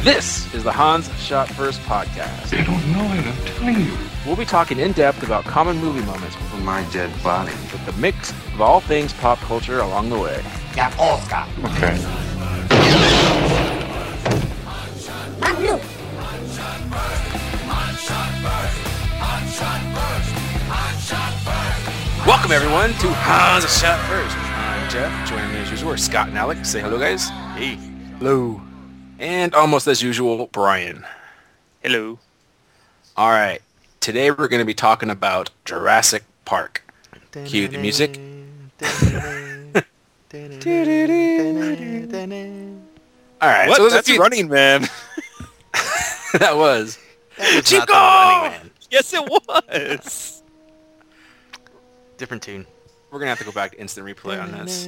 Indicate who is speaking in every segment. Speaker 1: This is the Hans Shot First podcast.
Speaker 2: I don't know it, I'm telling you.
Speaker 1: We'll be talking in depth about common movie moments
Speaker 2: My dead body.
Speaker 1: with the mix of all things pop culture along the way.
Speaker 2: Okay.
Speaker 1: Welcome everyone to Hans Shot First. I'm Jeff. Joining me as usual are Scott and Alex. Say hello, guys. Hey. Hello. And almost as usual, Brian.
Speaker 3: Hello.
Speaker 1: All right. Today we're going to be talking about Jurassic Park. Cue the music. All right.
Speaker 3: what?
Speaker 1: So there's a
Speaker 3: That's
Speaker 1: few-
Speaker 3: Running Man.
Speaker 1: that was.
Speaker 4: Chico!
Speaker 3: yes, it was.
Speaker 4: Different tune.
Speaker 1: We're gonna have to go back to instant replay on this.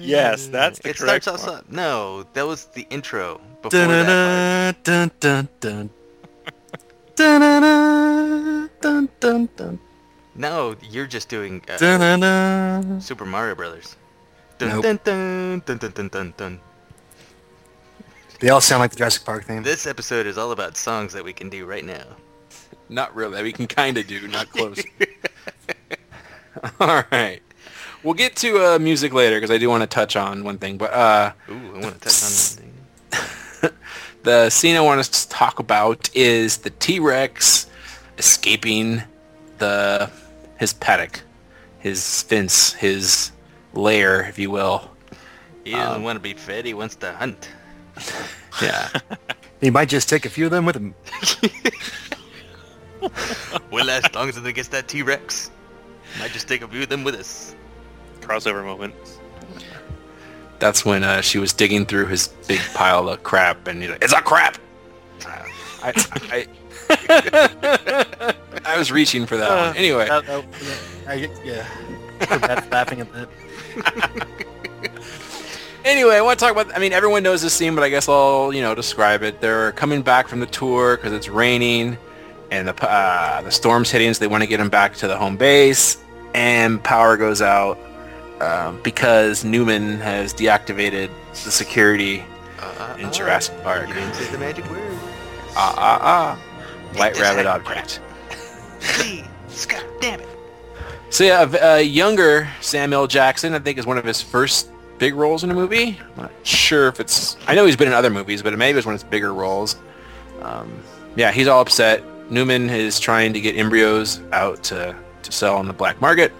Speaker 3: Yes, that's the
Speaker 4: it
Speaker 3: correct
Speaker 4: starts
Speaker 3: one.
Speaker 4: out. No, that was the intro before that.
Speaker 5: Dun dun dun dun dun dun dun dun
Speaker 4: part. No, you're just doing uh,
Speaker 5: dun
Speaker 4: Super Mario Brothers. Dun,
Speaker 5: Nope.
Speaker 4: dun, dun, dun, dun, dun, dun, dun.
Speaker 5: They all sound like the Jurassic Park theme.
Speaker 4: This episode is all about songs that we can do right now.
Speaker 1: Not really. We can kind of do, not close. All right. We'll get to uh, music later because I do want to touch on one thing. But uh,
Speaker 4: Ooh, I want to touch on that.
Speaker 1: the scene I want to talk about is the T-Rex escaping the his paddock, his fence, his lair, if you will.
Speaker 4: He
Speaker 5: Um,
Speaker 4: doesn't want to be fed. He wants to hunt.
Speaker 1: Yeah.
Speaker 5: He might just take a few of them with him.
Speaker 4: We'll last long as it gets that T-Rex. Might just take a few of them with us.
Speaker 3: Crossover moment.
Speaker 1: That's when uh, she was digging through his big pile of crap, and he's like, "It's a crap." I, I, I, I was reaching for that one. Anyway,
Speaker 4: Uh,
Speaker 6: That- that-
Speaker 4: Oh,
Speaker 6: I get- yeah. Too bad for laughing at that.
Speaker 1: anyway, I want to talk about. I mean, everyone knows this scene, but I guess I'll you know describe it. They're coming back from the tour because it's raining, and the uh, the storm's hitting, so they want to get them back to the home base, and power goes out um, because Newman has deactivated the security
Speaker 4: Uh,
Speaker 1: in Jurassic Park.
Speaker 4: You didn't oh. say the magic word.
Speaker 1: Ah ah ah! White
Speaker 4: This
Speaker 1: rabbit
Speaker 4: ain't
Speaker 1: object.
Speaker 4: Please, Scott, damn it.
Speaker 1: So yeah, a, a younger Samuel Jackson, I think, is one of his first big roles in a movie. I'm not sure if it's. I know he's been in other movies, but maybe it's one of his bigger roles. Um, yeah, he's all upset. Newman is trying to get embryos out to, to sell on the black market,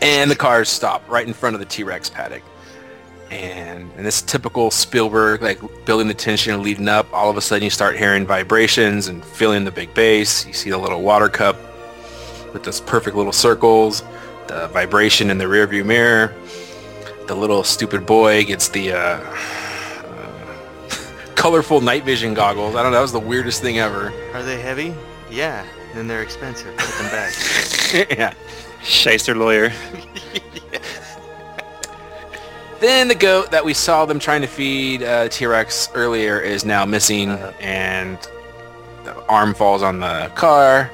Speaker 1: and the cars stop right in front of the T-Rex paddock. And in this typical Spielberg, like building the tension and leading up, all of a sudden you start hearing vibrations and feeling the big bass. You see the little water cup with those perfect little circles, the vibration in the rearview mirror. The little stupid boy gets the uh, uh, colorful night vision goggles. I don't know. That was the weirdest thing ever.
Speaker 4: Are they heavy? Yeah. Then they're expensive. Put them back.
Speaker 1: yeah.
Speaker 3: Shyster lawyer.
Speaker 1: Then the goat that we saw them trying to feed uh, T-Rex earlier is now missing, and the arm falls on the car,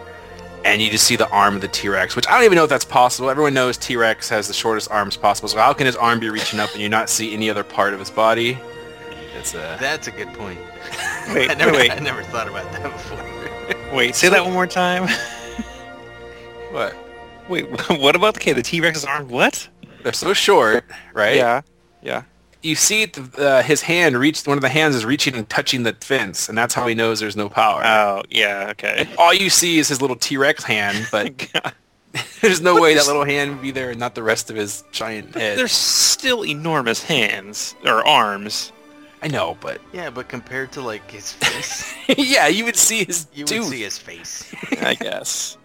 Speaker 1: and you just see the arm of the T-Rex, which I don't even know if that's possible. Everyone knows T-Rex has the shortest arms possible, so how can his arm be reaching up and you not see any other part of his body? It's uh,
Speaker 4: That's a good point.
Speaker 3: Wait,
Speaker 4: I never,
Speaker 3: wait,
Speaker 4: I
Speaker 3: wait,
Speaker 4: never thought about that before.
Speaker 3: wait. Say that one more time.
Speaker 1: what?
Speaker 3: Wait, what about the kid? The T-Rex's arm? What?
Speaker 1: They're so short, right?
Speaker 3: Yeah. Yeah.
Speaker 1: You see the, uh, his hand reach. One of the hands is reaching and touching the fence, and that's how he knows there's no power. Uh,
Speaker 3: Oh, yeah, okay.
Speaker 1: All you see is his little T-Rex hand, but
Speaker 3: God.
Speaker 1: There's no way that
Speaker 3: there's-
Speaker 1: little hand would be there and not the rest of his giant head.
Speaker 3: They're still enormous hands or arms.
Speaker 1: I know, but
Speaker 4: Yeah, but compared to like his face,
Speaker 1: yeah, you would see his
Speaker 4: you
Speaker 1: tooth.
Speaker 4: would see his face.
Speaker 3: I guess.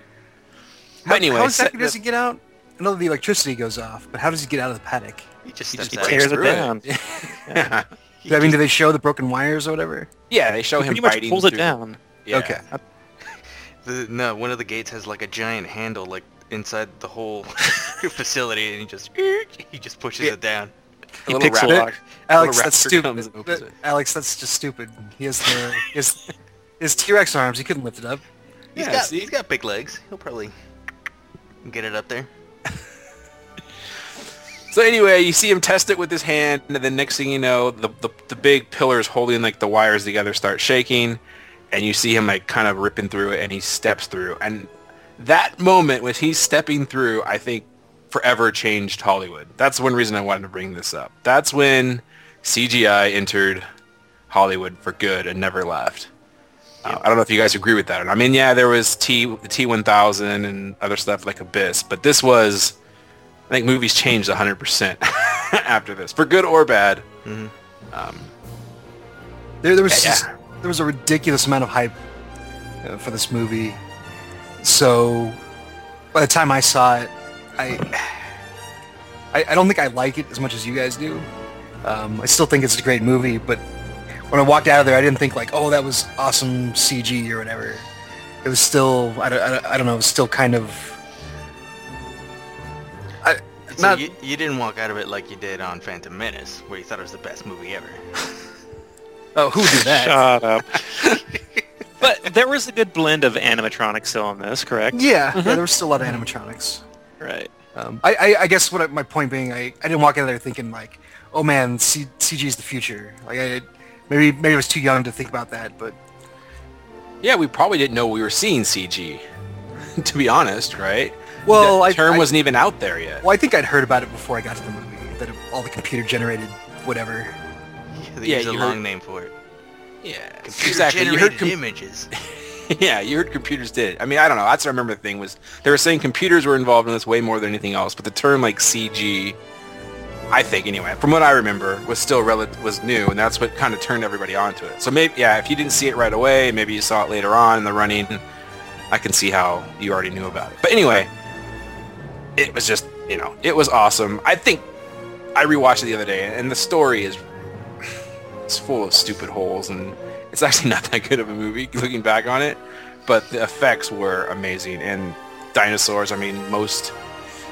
Speaker 1: But uh, anyway,
Speaker 6: how
Speaker 1: set
Speaker 6: exactly does he get out? I know the electricity goes off, but how does he get out of the paddock?
Speaker 4: He just
Speaker 1: He
Speaker 4: steps
Speaker 1: just
Speaker 4: out.
Speaker 1: tears
Speaker 3: Tears it
Speaker 1: through it.
Speaker 3: down.
Speaker 6: I mean, do they show the broken wires or whatever?
Speaker 1: yeah, they show
Speaker 3: He
Speaker 1: him
Speaker 3: pretty much
Speaker 1: biting
Speaker 3: pulls it
Speaker 1: through-
Speaker 3: down.
Speaker 1: Yeah.
Speaker 6: Okay.
Speaker 4: The, no, one of the gates has like a giant handle like inside the whole facility, and he just he just pushes it down.
Speaker 1: A
Speaker 3: He
Speaker 1: little
Speaker 3: picks a
Speaker 1: rabbit.
Speaker 3: lock.
Speaker 6: Alex,
Speaker 1: Little
Speaker 6: that's
Speaker 1: raptor
Speaker 6: stupid.
Speaker 1: comes and opens
Speaker 6: That-
Speaker 1: it.
Speaker 6: Alex, that's just stupid. He has the his his T-Rex arms. He couldn't lift it up.
Speaker 4: He's
Speaker 1: Yeah,
Speaker 4: got
Speaker 1: see?
Speaker 4: he's got big legs. He'll probably get it up there.
Speaker 1: So anyway, you see him test it with his hand, and then next thing you know, the, the, the big pillars holding like the wires together start shaking, and you see him like kind of ripping through it, and he steps through. And that moment when he's stepping through, I think forever changed Hollywood. That's one reason I wanted to bring this up. That's when CGI entered Hollywood for good and never left. Uh, I don't know if you guys agree with that. or not. I mean, yeah, there was T the T1000 and other stuff like Abyss, but this was I think movies changed 100% after this, for good or bad.
Speaker 6: There, there was
Speaker 1: Yeah,
Speaker 6: just- there was a ridiculous amount of hype uh, for this movie. So by the time I saw it, I I, I don't think I like it as much as you guys do. Um, I still think it's a great movie, but when I walked out of there, I didn't think like, oh, that was awesome CG or whatever. It was still I don't, I don't, I don't know. It was still kind of I,
Speaker 4: So
Speaker 6: not
Speaker 4: you, you didn't walk out of it like you did on Phantom Menace, where you thought it was the best movie ever.
Speaker 6: oh who did that?
Speaker 3: Shut up. but there was a good blend of animatronics still in this, correct?
Speaker 6: Yeah, yeah, there was still a lot of animatronics.
Speaker 3: Right.
Speaker 6: Um, I, I, I guess what I, my point being, I, I didn't walk out of there thinking like, oh man, C, CG is the future. Like I, maybe maybe I was too young to think about that, but
Speaker 1: Yeah, we probably didn't know we were seeing CG, to be honest, right?
Speaker 6: Well,
Speaker 1: the
Speaker 6: I-
Speaker 1: term
Speaker 6: I-
Speaker 1: wasn't even out there yet.
Speaker 6: well, I think I'd heard about it before I got to the movie that it- all the computer generated whatever.
Speaker 4: They
Speaker 1: Yeah,
Speaker 4: use a
Speaker 1: you
Speaker 4: long
Speaker 1: heard-
Speaker 4: name for it.
Speaker 1: Yeah,
Speaker 4: Computer
Speaker 1: exactly. You
Speaker 4: generated
Speaker 1: heard, com-
Speaker 4: images.
Speaker 1: yeah, you heard computers did. it. I mean, I don't know. That's what I remember the thing was they were saying computers were involved in this way more than anything else, but the term like CG, I think anyway, from what I remember, was still rel- was new, and that's what kind of turned everybody onto it. So maybe, yeah, if you didn't see it right away, maybe you saw it later on in the running. I can see how you already knew about it. But anyway, it was just, you know, it was awesome. I think I rewatched it the other day, and the story is it's full of stupid holes, and it's actually not that good of a movie looking back on it. But the effects were amazing, and dinosaurs. I mean, most.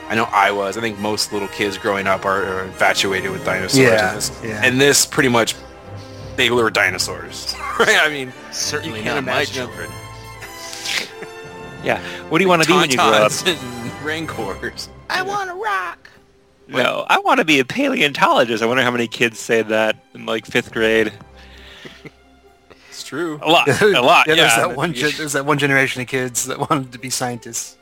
Speaker 1: I know I was. I think most little kids growing up are, are infatuated with dinosaurs.
Speaker 6: Yeah,
Speaker 1: and, this,
Speaker 6: yeah.
Speaker 1: and this pretty much, they were dinosaurs. right? I mean,
Speaker 4: Certainly
Speaker 1: can't
Speaker 4: not my
Speaker 1: imagine a-
Speaker 4: children.
Speaker 3: Yeah. What do you want to be when you grow up?
Speaker 1: Tauntauns and Rancors.
Speaker 4: I want to rock.
Speaker 3: No, I want to be a paleontologist. I wonder how many kids say that in like fifth grade.
Speaker 1: It's true.
Speaker 6: Oh.
Speaker 3: A lot. A lot. yeah.
Speaker 6: yeah, there's that one. Gen- there's that one generation of kids that wanted to be scientists.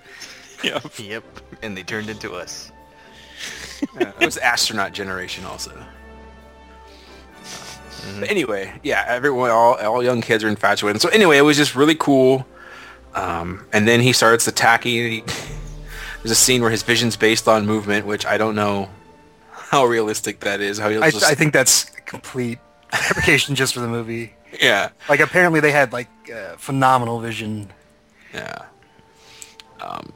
Speaker 3: Yeah.
Speaker 4: Yep, and they turned into us.
Speaker 1: Yeah, it was astronaut generation also.
Speaker 6: Mm-hmm.
Speaker 1: But anyway, yeah, everyone, all, all young kids are infatuated. So anyway, it was just really cool. Um, and then he starts attacking. and He, there's a scene where his vision's based on movement, which I don't know how realistic that is. How he'll
Speaker 6: I,
Speaker 1: just,
Speaker 6: I think that's a complete fabrication just for the movie.
Speaker 1: yeah,
Speaker 6: Like apparently they had like uh, phenomenal vision.
Speaker 1: Yeah. Um,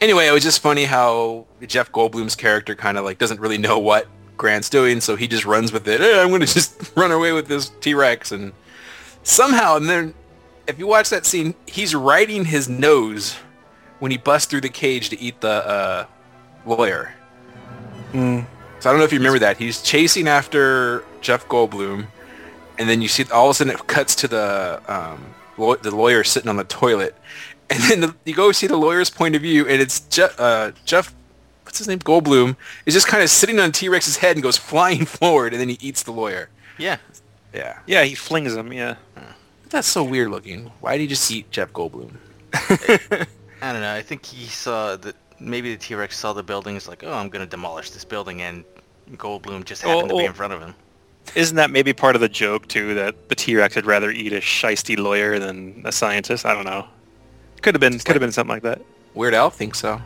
Speaker 1: anyway, it was just funny how Jeff Goldblum's character kind of like doesn't really know what Grant's doing, so he just runs with it. "Eh, I'm going to just run away with this T-Rex, and somehow, and then if you watch that scene, he's riding his nose when he busts through the cage to eat the uh, lawyer. So I don't know if you remember that. He's chasing after Jeff Goldblum, and then you see all of a sudden it cuts to the um, law- the lawyer sitting on the toilet, and then the, you go see the lawyer's point of view, and it's Je- uh, Jeff, what's his name, Goldblum, is just kind of sitting on T Rex's head and goes flying forward, and then he eats the lawyer.
Speaker 4: Yeah,
Speaker 1: Yeah,
Speaker 3: Yeah. He flings them. Yeah.
Speaker 1: that's so weird looking. Why did he just eat Jeff Goldblum?
Speaker 4: I don't know. I think he saw that maybe the T-Rex saw the building. It's like, oh, I'm gonna demolish this building, and Goldblum just
Speaker 3: Well,
Speaker 4: happened to be
Speaker 3: well-
Speaker 4: in front of him.
Speaker 3: Isn't that maybe part of the joke too that the T-Rex would rather eat a shisty lawyer than a scientist? I don't know. Could have been. Could have been something like Mm-hmm. that.
Speaker 1: Weird Al thinks so.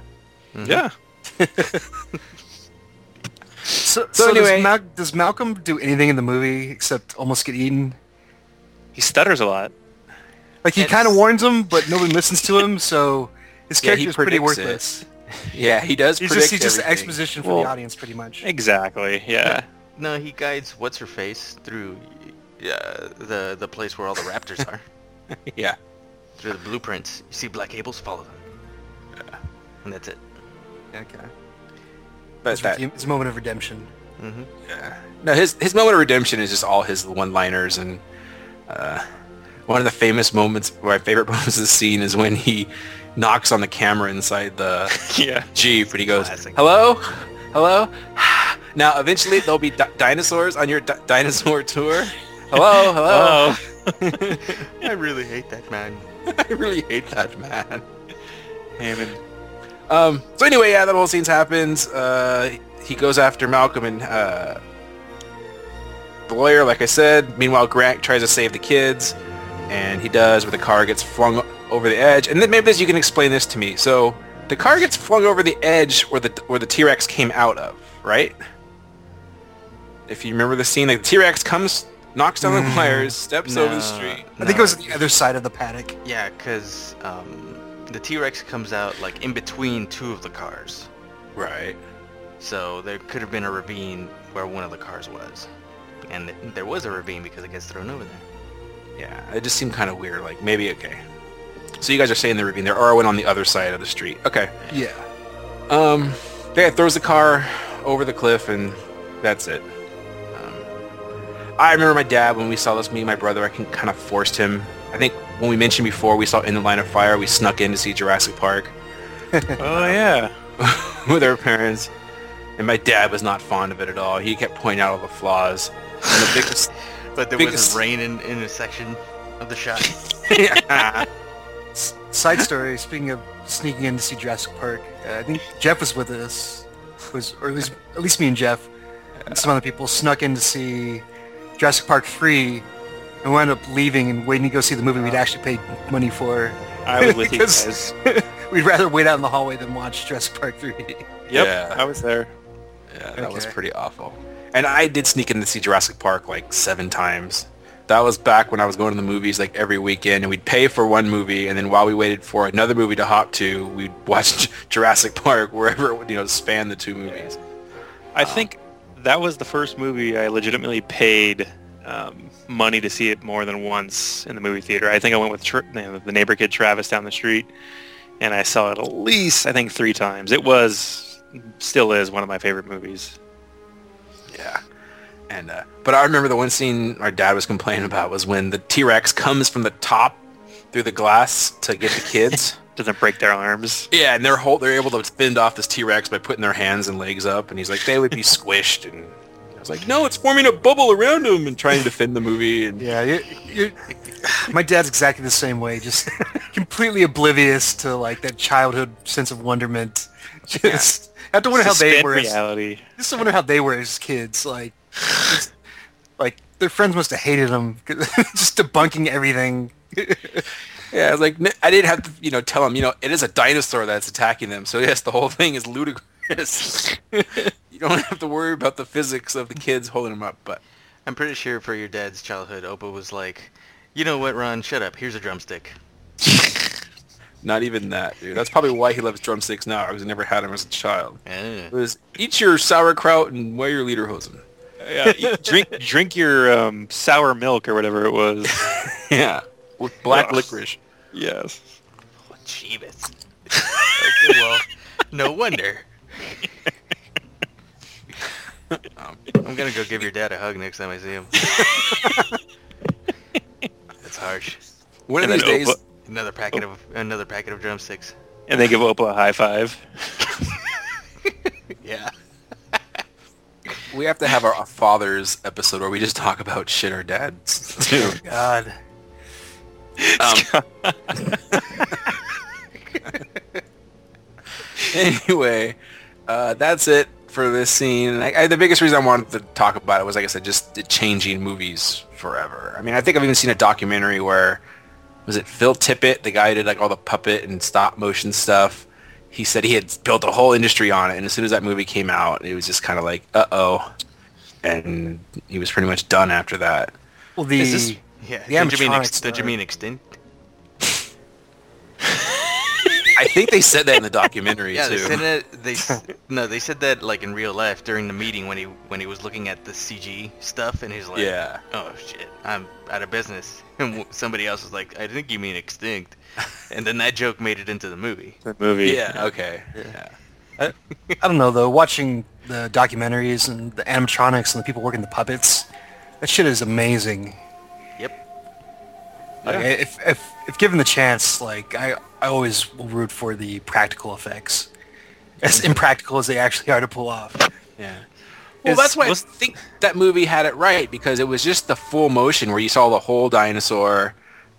Speaker 3: Yeah.
Speaker 6: So,
Speaker 1: so anyway-
Speaker 6: does, Mal- does Malcolm do anything in the movie except almost get eaten?
Speaker 3: He stutters a lot.
Speaker 6: Like he
Speaker 4: It's-
Speaker 6: kind of warns him, but nobody listens to him, so his
Speaker 1: Yeah, he
Speaker 6: character is pretty
Speaker 1: predicts it.
Speaker 6: worthless.
Speaker 1: Yeah, he does.
Speaker 6: He's
Speaker 1: predict
Speaker 6: just he's just
Speaker 1: everything.
Speaker 6: exposition for
Speaker 3: Well-
Speaker 6: the audience, pretty much.
Speaker 3: Exactly. Yeah.
Speaker 4: No, he guides what's her face through uh, the the place where all the raptors are
Speaker 1: Yeah.
Speaker 4: through the blueprints. You see black cables, follow them, and that's it.
Speaker 6: Okay.
Speaker 1: But
Speaker 6: It's,
Speaker 1: that,
Speaker 6: redeem- it's a moment of redemption.
Speaker 1: No, his his moment of redemption is just all his one-liners, and uh, one of the famous moments, my favorite moments of the scene, is when he knocks on the camera inside the
Speaker 3: Yeah.
Speaker 1: jeep, and he goes,
Speaker 4: Classic.
Speaker 1: "Hello, hello, Now, eventually, there'll be di- dinosaurs on your di- dinosaur tour. Hello, hello.
Speaker 3: Oh,
Speaker 4: I really hate that man.
Speaker 1: I really hate that man.
Speaker 3: Hammond.
Speaker 1: Um, so anyway, yeah, that whole scene happens. Uh, he goes after Malcolm and uh, the lawyer, like I said. Meanwhile, Grant tries to save the kids, and he does, but the car gets flung over the edge. And then maybe this you can explain this to me. So the car gets flung over the edge where the where the T-Rex came out of, right? If you remember the scene, like the T-Rex comes, knocks down the wires, steps over the street.
Speaker 6: I think it was the other side of the paddock.
Speaker 4: Yeah, because um, the T-Rex comes out like in between two of the cars.
Speaker 1: Right.
Speaker 4: So there could have been a ravine where one of the cars was. And th- there was a ravine because it gets thrown over there.
Speaker 1: Yeah, it just seemed kind of weird. Like maybe okay. So you guys are saying the ravine. There are one on the other side of the street. Okay.
Speaker 6: Yeah.
Speaker 1: Um, yeah, it throws the car over the cliff, and that's it. Um, I remember my dad when we saw this. Me and my brother, I can kind of forced him. I think when we mentioned before, we saw In the Line of Fire. We snuck in to see Jurassic Park
Speaker 3: Oh yeah.
Speaker 1: with our parents, and my dad was not fond of it at all. He kept pointing out all the flaws. And the biggest
Speaker 4: But there
Speaker 1: Biggest-
Speaker 4: wasn't rain in, in a section of the shot.
Speaker 6: S- Side story. Speaking of sneaking in to see Jurassic Park, uh, I think Jeff was with us, was or at least at least me and Jeff, and some other people snuck in to see Jurassic Park three, and we ended up leaving and waiting to go see the movie we'd actually paid money for.
Speaker 3: I was with you
Speaker 6: Because-
Speaker 3: guys.
Speaker 6: We'd rather wait out in the hallway than watch Jurassic Park three.
Speaker 3: Yep,
Speaker 1: Yeah.
Speaker 3: I was there.
Speaker 1: Yeah, that was
Speaker 6: Okay.
Speaker 1: pretty awful. And I did sneak in to see Jurassic Park like seven times. That was back when I was going to the movies like every weekend, and we'd pay for one movie, and then while we waited for another movie to hop to, we'd watch Jurassic Park wherever it would, you know, span the two movies.
Speaker 3: I think that was the first movie I legitimately paid um, money to see it more than once in the movie theater. I think I went with Tr- you know, the neighbor kid Travis down the street, and I saw it at least I think three times. It was, still is one of my favorite movies.
Speaker 1: Yeah. And uh, but I remember the one scene our dad was complaining about was when the T Rex comes from the top through the glass to get the kids.
Speaker 3: Doesn't break their arms.
Speaker 1: yeah, and they're whole, they're able to fend off this T Rex by putting their hands and legs up, and he's like, they would be squished, and I was like, no, it's forming a bubble around him and trying to defend the movie, and
Speaker 6: Yeah, you you my dad's exactly the same way, just completely oblivious to like that childhood sense of wonderment. Just I have to wonder how they
Speaker 3: Suspend
Speaker 6: were. As,
Speaker 3: reality.
Speaker 6: just to wonder how they were as kids. Like, just- like their friends must have hated them, just debunking everything.
Speaker 1: yeah, I was like, "N- I didn't have to, you know, tell him, you know, it is a dinosaur that's attacking them, so yes, the whole thing is ludicrous. you don't have to worry about the physics of the kids holding him up, but
Speaker 4: I'm pretty sure for your dad's childhood, Opa was like, you know what, Ron, shut up. Here's a drumstick.
Speaker 1: not even that, dude. That's probably why he loves drumsticks now, because he never had them as a child.
Speaker 4: Eh.
Speaker 1: It was eat your sauerkraut and wear your lederhosen.
Speaker 3: Yeah, eat- drink drink your um, sour milk or whatever it was.
Speaker 1: Yeah, with black
Speaker 3: Ugh.
Speaker 1: licorice.
Speaker 3: yes.
Speaker 4: Oh, Jeebus. okay, well, no wonder. Um, I'm gonna go give your dad a hug next time I see him. That's harsh.
Speaker 1: One of
Speaker 3: And
Speaker 1: these
Speaker 3: then
Speaker 1: days,
Speaker 3: Opa-
Speaker 4: Another packet of another packet of drumsticks.
Speaker 3: And they give Opa a high five.
Speaker 4: Yeah.
Speaker 1: We have to have our fathers episode where we just talk about shit our dads do.
Speaker 6: God,
Speaker 3: Um,
Speaker 1: anyway, uh, that's it for this scene. I, I, the biggest reason I wanted to talk about it was, like I said, just the changing movies forever. I mean, I think I've even seen a documentary where was it Phil Tippett, the guy who did like all the puppet and stop motion stuff. He said he had built a whole industry on it, and as soon as that movie came out, it was just kind of like, uh oh, and he was pretty much done after that.
Speaker 6: well the
Speaker 4: Is this- Yeah.
Speaker 6: The
Speaker 4: Did you mean ex-
Speaker 6: animatronics
Speaker 4: did you
Speaker 6: are-
Speaker 4: mean extinct?
Speaker 1: I think they said that in the documentary
Speaker 4: Yeah,
Speaker 1: too.
Speaker 4: they said that. They s- no, they said that like in real life during the meeting when he when he was looking at the CG stuff and he's like,
Speaker 1: Yeah.
Speaker 4: oh shit, I'm out of business. And w- somebody else was like, I think you mean extinct. And then that joke made it into the movie.
Speaker 3: The movie.
Speaker 1: Yeah. Okay. Yeah.
Speaker 6: I don't know though. Watching the documentaries and the animatronics and the people working the puppets, that shit is amazing.
Speaker 4: Yep.
Speaker 6: Like, if, if if given the chance, like I, I always will root for
Speaker 1: Mm-hmm.
Speaker 6: the practical effects, as impractical as they actually are to pull off.
Speaker 1: Yeah. Well,
Speaker 3: Is-
Speaker 1: that's why I
Speaker 3: was-
Speaker 1: think that movie had it right because it was just the full motion where you saw the whole dinosaur,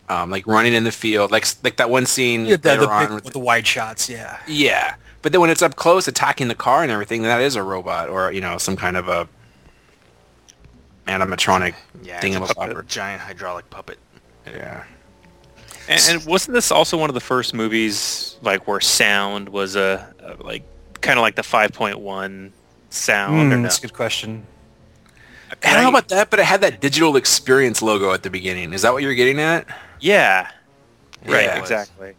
Speaker 1: um, like running in the field, like like that one scene
Speaker 6: Yeah, the,
Speaker 1: later
Speaker 6: the
Speaker 1: on.
Speaker 6: big-
Speaker 1: with
Speaker 6: with the wide shots, yeah.
Speaker 1: yeah, but then when it's up close attacking the car and everything, that is a robot or you know some kind of a animatronic
Speaker 4: Yeah,
Speaker 1: thing
Speaker 4: it's
Speaker 1: of
Speaker 4: a
Speaker 1: a
Speaker 4: puppet,
Speaker 1: puppet.
Speaker 4: giant hydraulic puppet.
Speaker 1: Yeah.
Speaker 3: And, and wasn't this also one of the first movies like where sound was a, a like kind of like the 5.1 sound? or
Speaker 6: Hmm,
Speaker 3: no?
Speaker 6: that's a good question.
Speaker 1: I don't know about that, but it had that digital experience logo at the beginning. Is that what you're getting at?
Speaker 3: Yeah. Right.
Speaker 1: Yeah, it was.
Speaker 3: exactly.
Speaker 4: It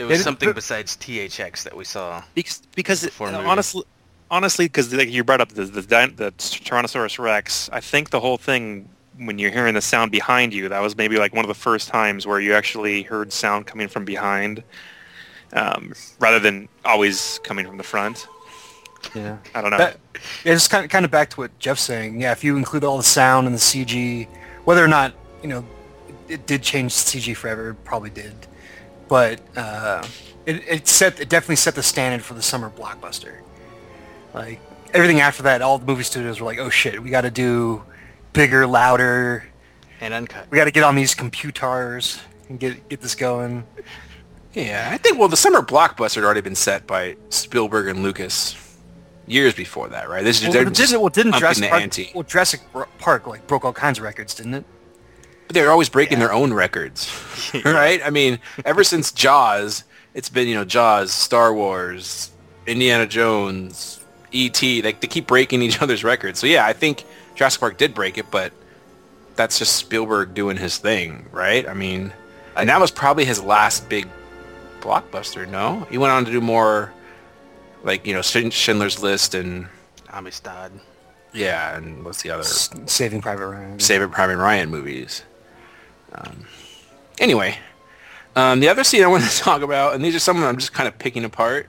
Speaker 3: Yeah,
Speaker 4: was
Speaker 3: did-
Speaker 4: something besides THX that we saw.
Speaker 3: Because because it-
Speaker 4: Before movie.
Speaker 3: honestly, honestly, because like you brought up the the, din- the Tyrannosaurus Rex, I think the whole thing when you're hearing the sound behind you, that was maybe like one of the first times where you actually heard sound coming from behind, um, rather than always coming from the front.
Speaker 6: Yeah.
Speaker 3: I don't know.
Speaker 6: That, yeah, just kind of, kind of back to what Jeff's saying. Yeah, if you include all the sound and the CG, whether or not you know it, it did change CG forever, it probably did, but uh, it, it set it definitely set the standard for the summer blockbuster. Like everything after that, all the movie studios were like, "Oh shit, we got to do bigger, louder.
Speaker 4: And uncut.
Speaker 6: We got to get on these computars and get get this going."
Speaker 1: Yeah, I think well the summer blockbuster had already been set by Spielberg and Lucas years before that, right? This is
Speaker 6: Well, didn't, well, didn't
Speaker 1: upping
Speaker 6: Jurassic
Speaker 1: the
Speaker 6: Park,
Speaker 1: ante.
Speaker 6: well, Jurassic Park like broke all kinds of records, didn't it?
Speaker 1: But they're always breaking their own records, right? I mean, ever since Jaws, it's been you know Jaws, Star Wars, Indiana Jones, E.T. Like they keep breaking each other's records. So yeah, I think Jurassic Park did break it, but that's just Spielberg doing his thing, right? I mean, and that was probably his last big blockbuster. No, he went on to do more, like you know Schindl- Schindler's List and
Speaker 4: Amistad.
Speaker 1: yeah, and what's the other?
Speaker 6: S- Saving Private Ryan.
Speaker 1: Saving Private Ryan movies. Um, anyway, um, the other scene I want to talk about, and these are some I'm just kind of picking apart.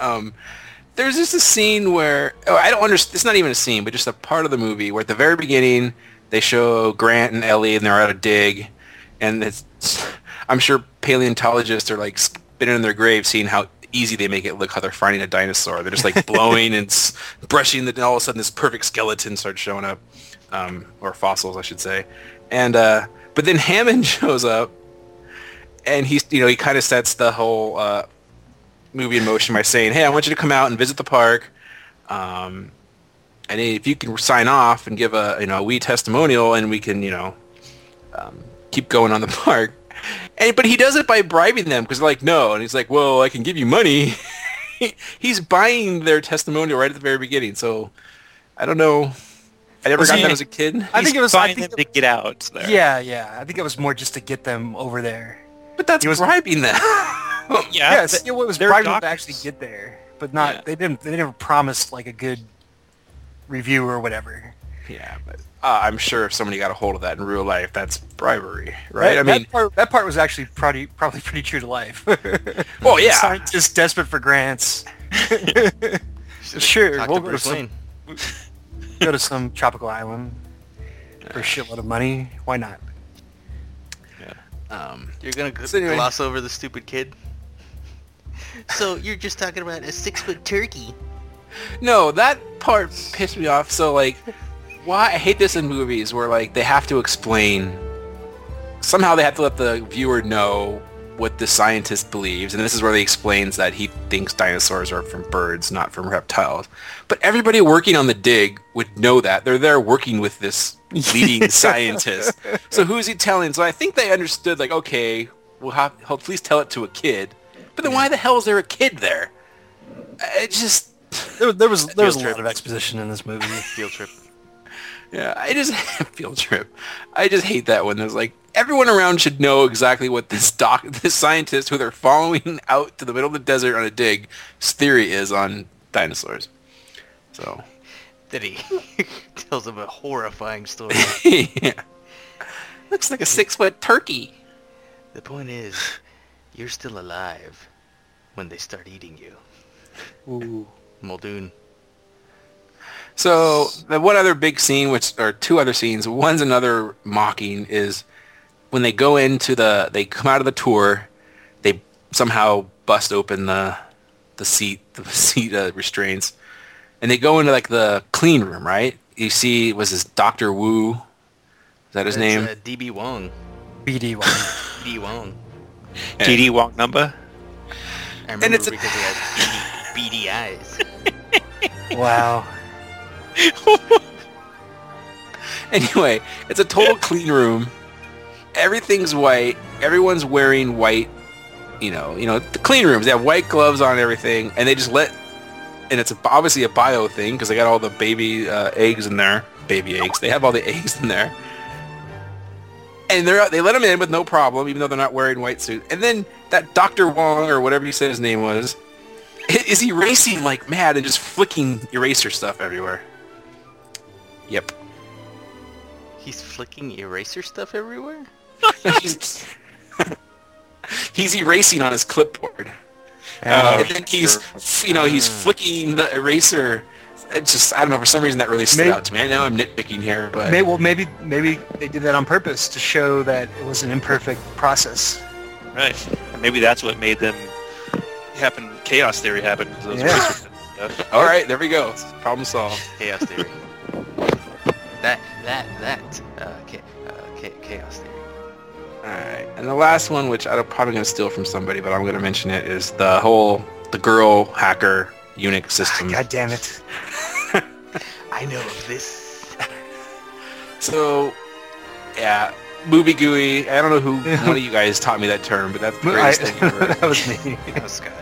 Speaker 1: um, there's just a scene where oh, I don't understand. It's not even a scene, but just a part of the movie where at the very beginning they show Grant and Ellie, and they're at a dig, and it's I'm sure paleontologists are like spinning in their grave, seeing how easy they make it look how they're finding a dinosaur. They're just like blowing and s- brushing, the, and all of a sudden this perfect skeleton starts showing up, um, or fossils, I should say. And uh, but then Hammond shows up, and he's you know he kind of sets the whole uh, movie in motion by saying, "Hey, I want you to come out and visit the park, um, and if you can sign off and give a you know a wee testimonial, and we can you know um, keep going on the park." And but he does it by bribing them because they're like, "No," and he's like, "Well, I can give you money." he's buying their testimonial right at the very beginning, so I don't know. I never
Speaker 3: Was
Speaker 1: got
Speaker 3: he-
Speaker 1: that as a kid.
Speaker 6: I think it was. I
Speaker 3: Find
Speaker 6: think
Speaker 3: them to get out. There.
Speaker 6: Yeah, yeah. I think it was more just to get them over there.
Speaker 1: But that's
Speaker 6: He was-
Speaker 1: bribing them.
Speaker 3: Yeah.
Speaker 6: Yes, it was
Speaker 3: they're
Speaker 6: bribing them to
Speaker 3: doctors.
Speaker 6: actually get there, but not.
Speaker 3: Yeah.
Speaker 6: They didn't. They never promised like a good review or whatever.
Speaker 1: yeah, but uh, I'm sure if somebody got a hold of that in real life, that's bribery, right?
Speaker 6: That,
Speaker 1: I mean,
Speaker 6: that part, that part was actually probably probably pretty true to life.
Speaker 1: oh yeah,
Speaker 6: scientists desperate for grants. Sure,
Speaker 4: Talk to
Speaker 6: we'll go to
Speaker 4: Bruce
Speaker 6: some-
Speaker 4: Wayne.
Speaker 6: Go to some tropical island for a shitload of money. Why not?
Speaker 1: um,
Speaker 4: You're gonna g-
Speaker 1: So anyway.
Speaker 4: gloss over the stupid kid. So you're just talking about a six foot turkey.
Speaker 1: no, that part pissed me off. So like, why I hate this in movies where like they have to explain. Somehow they have to let the viewer know what the scientist believes, and this is where he explains that he thinks dinosaurs are from birds, not from reptiles. But everybody working on the dig would know that they're there working with this leading scientist. So who is he telling? So I think they understood, like, okay, we'll have, he'll please tell it to a kid. But then why the hell is there a kid there? It just
Speaker 6: There, there was there was a
Speaker 1: Field
Speaker 6: lot of exposition in this movie.
Speaker 4: Field trip.
Speaker 1: Yeah, I just field trip. I just hate that one. There's like everyone around should know exactly what this doc, this scientist who they're following out to the middle of the desert on a dig's theory is on dinosaurs. So
Speaker 4: Did he tells him a horrifying story?
Speaker 1: yeah, looks like a six foot turkey.
Speaker 4: the point is, you're still alive when they start eating you.
Speaker 6: Ooh.
Speaker 4: Muldoon.
Speaker 1: So the one other big scene, which or two other scenes, one's another mocking is when they go into the they come out of the tour, they somehow bust open the the seat the seat uh, restraints, and they go into like the clean room, right? You see, was this Doctor Wu? Is that his
Speaker 4: It's,
Speaker 1: name?
Speaker 4: Uh, DB Wong.
Speaker 5: BD one.
Speaker 4: DB Wong.
Speaker 3: DD Walk Number.
Speaker 4: I remember
Speaker 1: it's a-
Speaker 4: because he has beady, beady eyes.
Speaker 5: wow.
Speaker 1: Oh, Anyway, it's a total clean room. Everything's white. Everyone's wearing white. You know, you know the clean rooms. They have white gloves on and everything, and they just let. And it's obviously a bio thing because they got all the baby uh, eggs in there. Baby eggs. They have all the eggs in there. And they're they let them in with no problem, even though they're not wearing white suits. And then that Doctor Wong or whatever you said his name was, is erasing like mad and just flicking eraser stuff everywhere. Yep.
Speaker 4: He's flicking eraser stuff everywhere.
Speaker 1: he's, he's erasing on his clipboard. I think he's, f- you know, he's flicking the eraser. It just, I don't know, for some reason that really stood
Speaker 6: May-
Speaker 1: out to me. I know I'm nitpicking here, but
Speaker 6: May, well, maybe maybe they did that on purpose to show that it was an imperfect process.
Speaker 3: Right. And maybe that's what made them happen. Chaos theory happen. 'cause those
Speaker 6: Yeah.
Speaker 3: were- stuff.
Speaker 1: all right, there we go. Problem solved.
Speaker 4: Chaos theory. that that that uh, cha- uh, cha- chaos theory.
Speaker 1: All right, and the last one, which I'm probably going to steal from somebody, but I'm going to mention it, is the whole the girl hacker Unix system.
Speaker 6: Ah, God damn it!
Speaker 4: I know of this.
Speaker 1: So, yeah, movie gooey. I don't know who one of you guys taught me that term, but that's the
Speaker 6: I,
Speaker 1: greatest thing ever.
Speaker 6: that was me.
Speaker 4: Oh, Scott.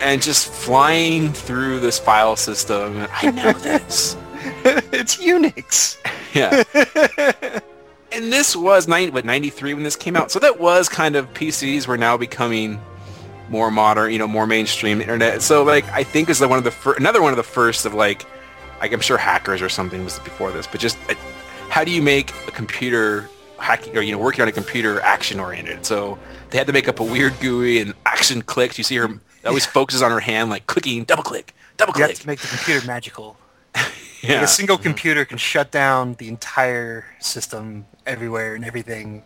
Speaker 1: and just flying through this file system. I know this.
Speaker 6: it's Unix.
Speaker 1: Yeah. and this was nine, what, 93 when this came out. So that was kind of PCs were now becoming more modern, you know, more mainstream internet. So like I think is like one of the fir- another one of the first of like like I'm sure hackers or something was before this, but just uh, how do you make a computer hacking or you know working on a computer action oriented? So they had to make up a weird GUI and action clicks. You see her it always focuses on her hand like clicking, double click, double
Speaker 6: You have
Speaker 1: click.
Speaker 6: to make the computer magical. Like
Speaker 1: Yeah. Mm-hmm.
Speaker 6: a single computer can shut down the entire system everywhere and everything.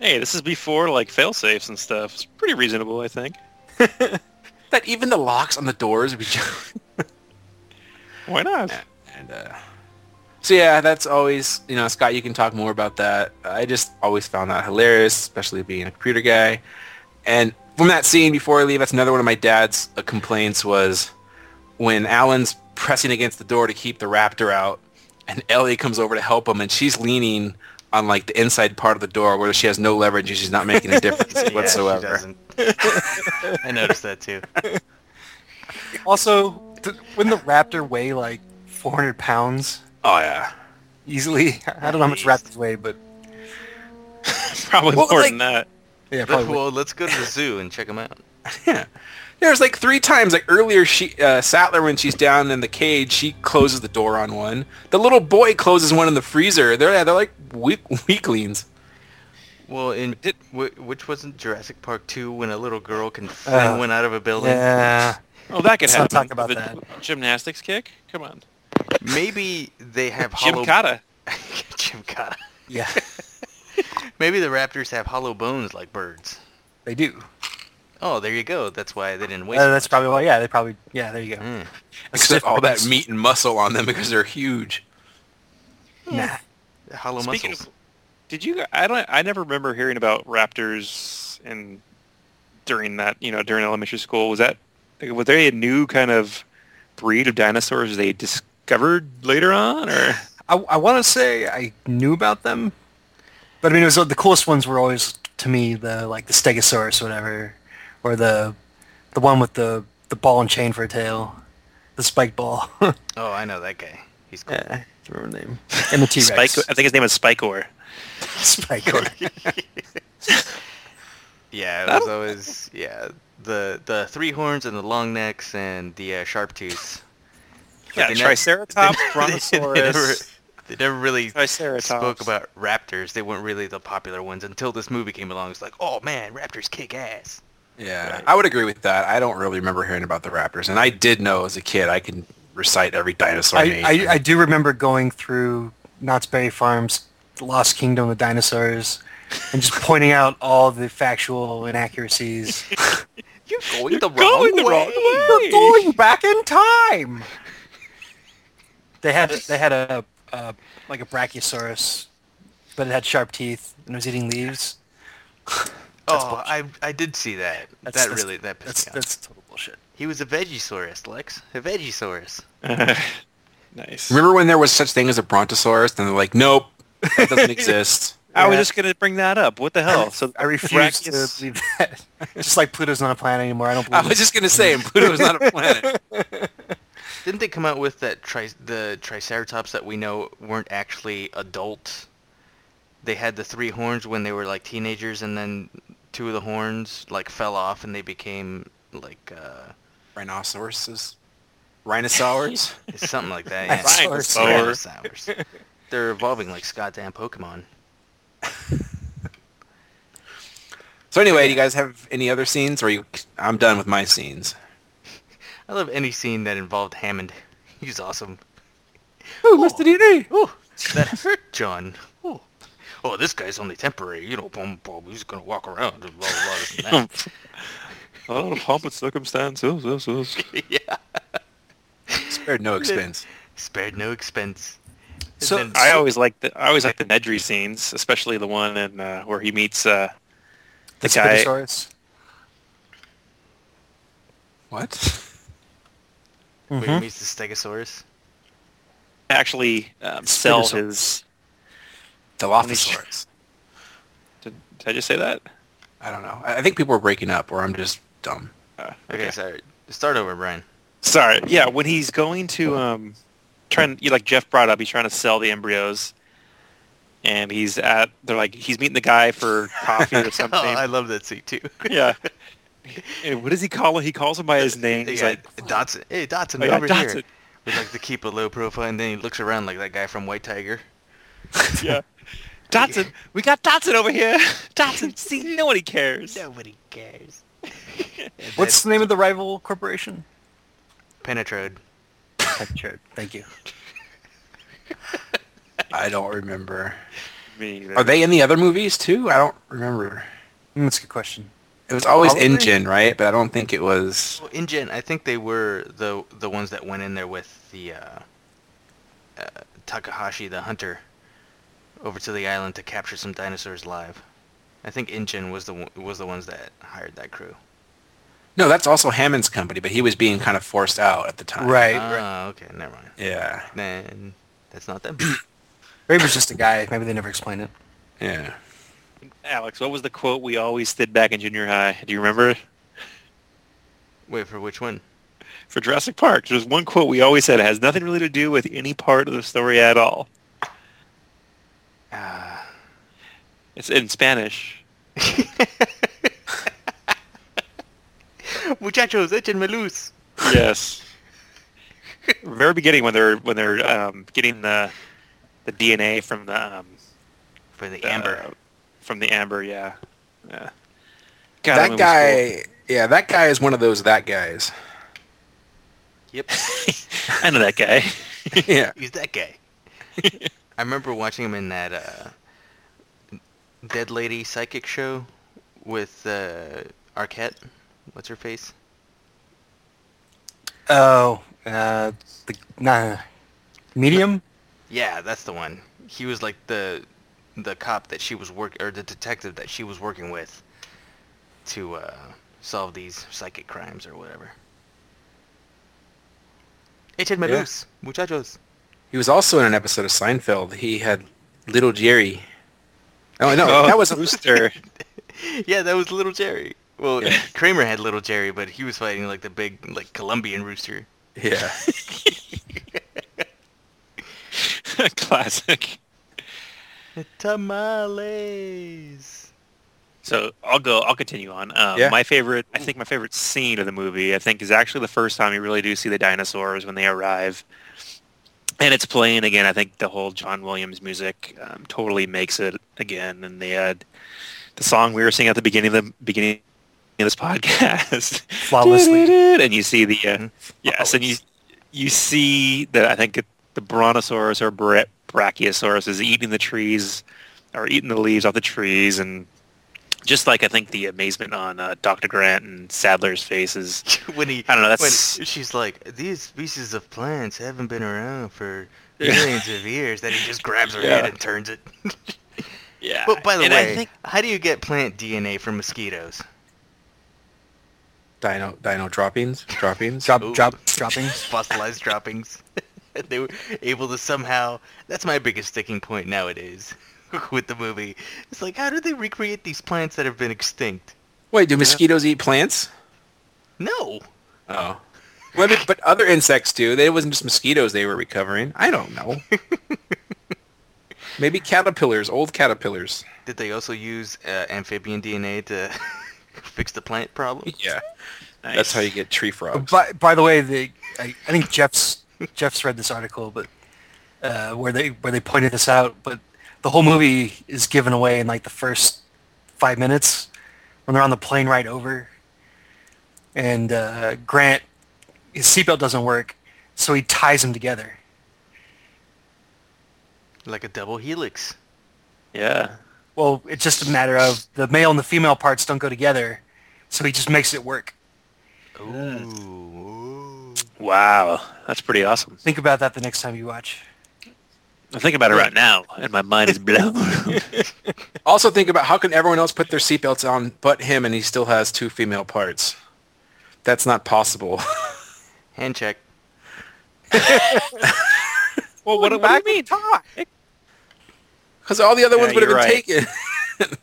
Speaker 3: Hey, this is before like fail safes and stuff. It's pretty reasonable, I think.
Speaker 1: that even the locks on the doors would be just-
Speaker 3: Why not?
Speaker 1: and uh so yeah that's always you know scott you can talk more about that i just always found that hilarious especially being a computer guy and from that scene before i leave that's another one of my dad's uh, complaints was when alan's pressing against the door to keep the raptor out and ellie comes over to help him and she's leaning on like the inside part of the door where she has no leverage and she's not making a difference whatsoever
Speaker 4: Yeah, she doesn't. I noticed that too.
Speaker 6: Also, th- wouldn't the raptor weigh like 400 pounds
Speaker 1: oh yeah
Speaker 6: easily? I don't know how much raptors weigh, but
Speaker 3: Probably
Speaker 1: Well,
Speaker 3: more
Speaker 1: like-
Speaker 3: than that.
Speaker 6: yeah, probably.
Speaker 4: well, let's go to the zoo and check him out.
Speaker 1: Yeah. There's like three times like earlier she uh, Sattler when she's down in the cage she closes the door on one. The little boy closes one in the freezer. They're they're like weak, weaklings.
Speaker 4: Well, in wh- which wasn't Jurassic Park 2 when a little girl can fling
Speaker 6: Uh,
Speaker 4: one out of a building?
Speaker 6: Yeah.
Speaker 3: Oh, that could
Speaker 6: Let's not
Speaker 3: happen.
Speaker 6: talk about
Speaker 3: The
Speaker 6: that.
Speaker 3: Gymnastics kick? Come on.
Speaker 4: Maybe they have hollow.
Speaker 3: Gymkata.
Speaker 4: Gymkhana.
Speaker 6: Yeah,
Speaker 4: Maybe the raptors have hollow bones like birds.
Speaker 6: they do.
Speaker 4: Oh, there you go. That's why they didn't waste.
Speaker 6: Uh, that's probably why. Yeah, they probably. Yeah, there you go.
Speaker 4: Mm.
Speaker 1: Except all that meat and muscle on them because they're huge.
Speaker 6: Nah.
Speaker 4: Hmm. Hollow
Speaker 3: Speaking
Speaker 4: muscles.
Speaker 3: of, did you? I don't. I never remember hearing about raptors and during that. You know, during elementary school, was that was there a new kind of breed of dinosaurs they discovered later on, or
Speaker 6: I, I want to say I knew about them, but I mean, it was the coolest ones were always to me the like the Stegosaurus or whatever, or the the one with the the ball and chain for a tail, the spike ball. I
Speaker 4: Oh, I know that guy. He's cool.
Speaker 6: can't remember the name. And the T
Speaker 3: Spike?
Speaker 6: Rex.
Speaker 3: I think his name is Spikor.
Speaker 6: Spike. Spike.
Speaker 4: Yeah, it was always yeah the the three horns and the long necks and the uh, sharp teeth.
Speaker 3: Yeah,
Speaker 4: they never-
Speaker 3: Triceratops,
Speaker 4: they, never,
Speaker 3: Brontosaurus,
Speaker 4: they never really
Speaker 3: Triceratops.
Speaker 4: spoke about raptors. They weren't really the popular ones until this movie came along. It's like, oh man, raptors kick ass.
Speaker 1: Yeah, I would agree with that. I don't really remember hearing about the raptors, and I did know as a kid I can recite every dinosaur
Speaker 6: I,
Speaker 1: name.
Speaker 6: I I do remember going through Knott's Berry Farm's The Lost Kingdom of the Dinosaurs, and just pointing out all the factual inaccuracies.
Speaker 4: You're going the
Speaker 3: going the wrong way.
Speaker 6: Going back in time. They had they had a, a like a brachiosaurus, but it had sharp teeth and it was eating leaves.
Speaker 4: Oh, I I did see that.
Speaker 6: That's-
Speaker 4: that
Speaker 6: that's-
Speaker 4: really that
Speaker 6: That's
Speaker 4: pissed me off.
Speaker 6: that's total bullshit.
Speaker 4: He was a Vegisaurus, Lex. A Vegisaurus.
Speaker 3: nice.
Speaker 1: Remember when there was such thing as a brontosaurus, and they're like, nope, that doesn't exist.
Speaker 3: I was
Speaker 6: Yeah.
Speaker 3: just gonna bring that up. What the hell? So
Speaker 6: Oh, I refuse to
Speaker 3: Brachus-
Speaker 6: believe that. Just like Pluto's not a planet anymore, I don't
Speaker 1: I
Speaker 6: believe.
Speaker 1: was just gonna say, and Pluto's not a planet.
Speaker 4: Didn't they come out with that tri- the Triceratops that we know weren't actually adult? They had the three horns when they were like teenagers, and then two of the horns like fell off, and they became like uh,
Speaker 1: Rhinoceroses, rhinosaurs.
Speaker 4: something like that.
Speaker 6: I
Speaker 4: Yeah.
Speaker 6: saw
Speaker 3: Dinosaur.
Speaker 4: Dinosaurs. They're evolving like goddamn Pokemon.
Speaker 1: So anyway, do you guys have any other scenes, or you? I'm done with my scenes.
Speaker 4: I love any scene that involved Hammond. He's awesome.
Speaker 1: Who lost the DNA?
Speaker 4: Oh, that hurt, John. Oh, oh, this guy's only temporary. You know, boom, boom, he's gonna walk around. And blah, blah, blah, this and that.
Speaker 3: A lot of pomp and circumstance. Yes, yes, yes.
Speaker 4: yeah,
Speaker 1: Spared no expense.
Speaker 4: spared no expense.
Speaker 6: So-
Speaker 4: And
Speaker 3: I always like the I always like the Nedry scenes, especially the one in, uh, where he meets uh, the guy.
Speaker 6: Spinosaurus.
Speaker 1: What?
Speaker 4: where he meets the Stegosaurus.
Speaker 3: Actually, um, sell
Speaker 6: Spinosaurus.
Speaker 3: his.
Speaker 1: Dilophosaurus.
Speaker 3: Did, did I just say that?
Speaker 1: I don't know. I I think people are breaking up, or I'm just dumb.
Speaker 3: Uh,
Speaker 4: Okay, sorry. Start over, Brian.
Speaker 3: Sorry. Yeah, when he's going to um, trying you like Jeff brought up, he's trying to sell the embryos, and he's at they're like he's meeting the guy for coffee or
Speaker 4: Oh,
Speaker 3: something.
Speaker 4: I love that scene too.
Speaker 3: yeah. And what does he call him? He calls him by his name. He's
Speaker 4: yeah,
Speaker 3: like,
Speaker 4: Dotson. Hey, Dotson,
Speaker 3: Oh, yeah,
Speaker 4: over here.
Speaker 3: Dotson.
Speaker 4: We like to keep a low profile, and then he looks around like that guy from White Tiger.
Speaker 3: yeah. Dotson, we got Dotson over here. Dotson, see, nobody cares.
Speaker 4: Nobody cares.
Speaker 6: What's the name of the rival corporation?
Speaker 4: Penetrode?
Speaker 6: Sure. Thank you.
Speaker 1: I don't remember.
Speaker 3: Me either.
Speaker 1: Are they in the other movies too? I don't remember.
Speaker 6: Mm, That's a good question.
Speaker 1: It was always
Speaker 4: Probably.
Speaker 1: Engine, right? But I don't think it was.
Speaker 4: Well, InGen, I think they were the the ones that went in there with the uh, uh, Takahashi the hunter over to the island to capture some dinosaurs live. I think InGen was the one- was the ones that hired that crew.
Speaker 1: No, that's also Hammond's company, but he was being kind of forced out at the time.
Speaker 6: Right.
Speaker 4: Ah, okay, never mind.
Speaker 1: Yeah.
Speaker 4: Then that's not them.
Speaker 6: Raver's just a guy. Maybe they never explain it.
Speaker 1: Yeah.
Speaker 3: Alex, what was the quote we always did back in junior high? Do you remember?
Speaker 4: Wait for which one?
Speaker 3: For Jurassic Park, there's one quote we always said. It has nothing really to do with any part of the story at all.
Speaker 4: Ah.
Speaker 3: It's in Spanish.
Speaker 4: Muchachos, échenme luz.
Speaker 3: Yes. Very beginning when they're when they're um, getting the the DNA from the um,
Speaker 4: For the
Speaker 6: Uh,
Speaker 3: the-
Speaker 4: amber.
Speaker 3: from the amber, yeah. Yeah. God,
Speaker 1: That
Speaker 3: movie was cool.
Speaker 1: guy. Yeah, that guy is one of those that guys.
Speaker 4: Yep.
Speaker 3: I know that guy.
Speaker 1: yeah.
Speaker 4: He's that guy. I remember watching him in that uh, Dead Lady Psychic show with uh, Arquette. What's her face?
Speaker 6: Oh, uh, the nah, medium.
Speaker 4: Yeah, that's the one. He was like the the cop that she was work or the detective that she was working with to uh, solve these psychic crimes or whatever. Echen me
Speaker 1: Yeah.
Speaker 4: luz, muchachos.
Speaker 1: He was also in an episode of Seinfeld. He had Little Jerry. Oh no, that was
Speaker 3: Rooster.
Speaker 4: yeah, that was Little Jerry. Well, Kramer had Little Jerry, but he was fighting like the big like Colombian rooster.
Speaker 1: yeah.
Speaker 3: Classic.
Speaker 4: Tamales.
Speaker 3: So I'll go. I'll continue on. Um,
Speaker 1: Yeah.
Speaker 3: My favorite, I think, my favorite scene of the movie, I think, is actually the first time you really do see the dinosaurs when they arrive, and it's playing again. I think the whole John Williams music um, totally makes it again, and they had the song we were singing at the beginning of the beginning of this podcast
Speaker 6: Flawlessly.
Speaker 3: and you see the uh, yes, and you you see the I think the Brontosaurus or Bra- Brachiosaurus is eating the trees or eating the leaves off the trees, and Just like I think the amazement on uh, Dr. Grant and Sadler's faces.
Speaker 4: when he
Speaker 3: I don't know,
Speaker 4: when
Speaker 3: that's-
Speaker 4: she's like these species of plants haven't been around for millions of years then he just grabs her head
Speaker 1: Yeah.
Speaker 4: and turns it
Speaker 3: Yeah.
Speaker 4: but by the
Speaker 3: and
Speaker 4: way
Speaker 3: I think
Speaker 4: how do you get plant dna from mosquitoes
Speaker 1: Dino, dino droppings, droppings.
Speaker 6: Drop,
Speaker 4: Ooh.
Speaker 6: drop, droppings.
Speaker 4: fossilized droppings they were able to somehow that's my biggest sticking point nowadays with the movie it's like how do they recreate these plants that have been extinct
Speaker 1: Wait, do mosquitoes eat plants?
Speaker 4: no
Speaker 1: Oh. Well, but- but other insects do. They- It wasn't just mosquitoes they were recovering. I don't know. Maybe caterpillars, old caterpillars.
Speaker 4: did they also use uh, amphibian dna to fix the plant problem
Speaker 1: Yeah. That's how you get tree frogs.
Speaker 6: By, by the way, the, I, I think Jeff's Jeff's read this article, but uh, where they where they pointed this out, but the whole movie is given away in like the first five minutes when they're on the plane ride over, and uh, Grant his seatbelt doesn't work, so he ties them together.
Speaker 4: like a double helix
Speaker 3: yeah.
Speaker 6: Well, it's just a matter of the male and the female parts don't go together, so he just makes it work.
Speaker 4: Ooh.
Speaker 3: Wow, that's pretty awesome.
Speaker 6: Think about that the next time you watch.
Speaker 3: I'm thinking about it right now, and my mind is blown.
Speaker 1: Also think about how can everyone else put their seatbelts on but him and he still has two female parts. That's not possible.
Speaker 4: Hand check.
Speaker 3: well, what,
Speaker 1: Back
Speaker 3: do you mean?
Speaker 1: Talk. Because all the other
Speaker 3: Yeah,
Speaker 1: ones would have been
Speaker 3: you're right.
Speaker 1: taken.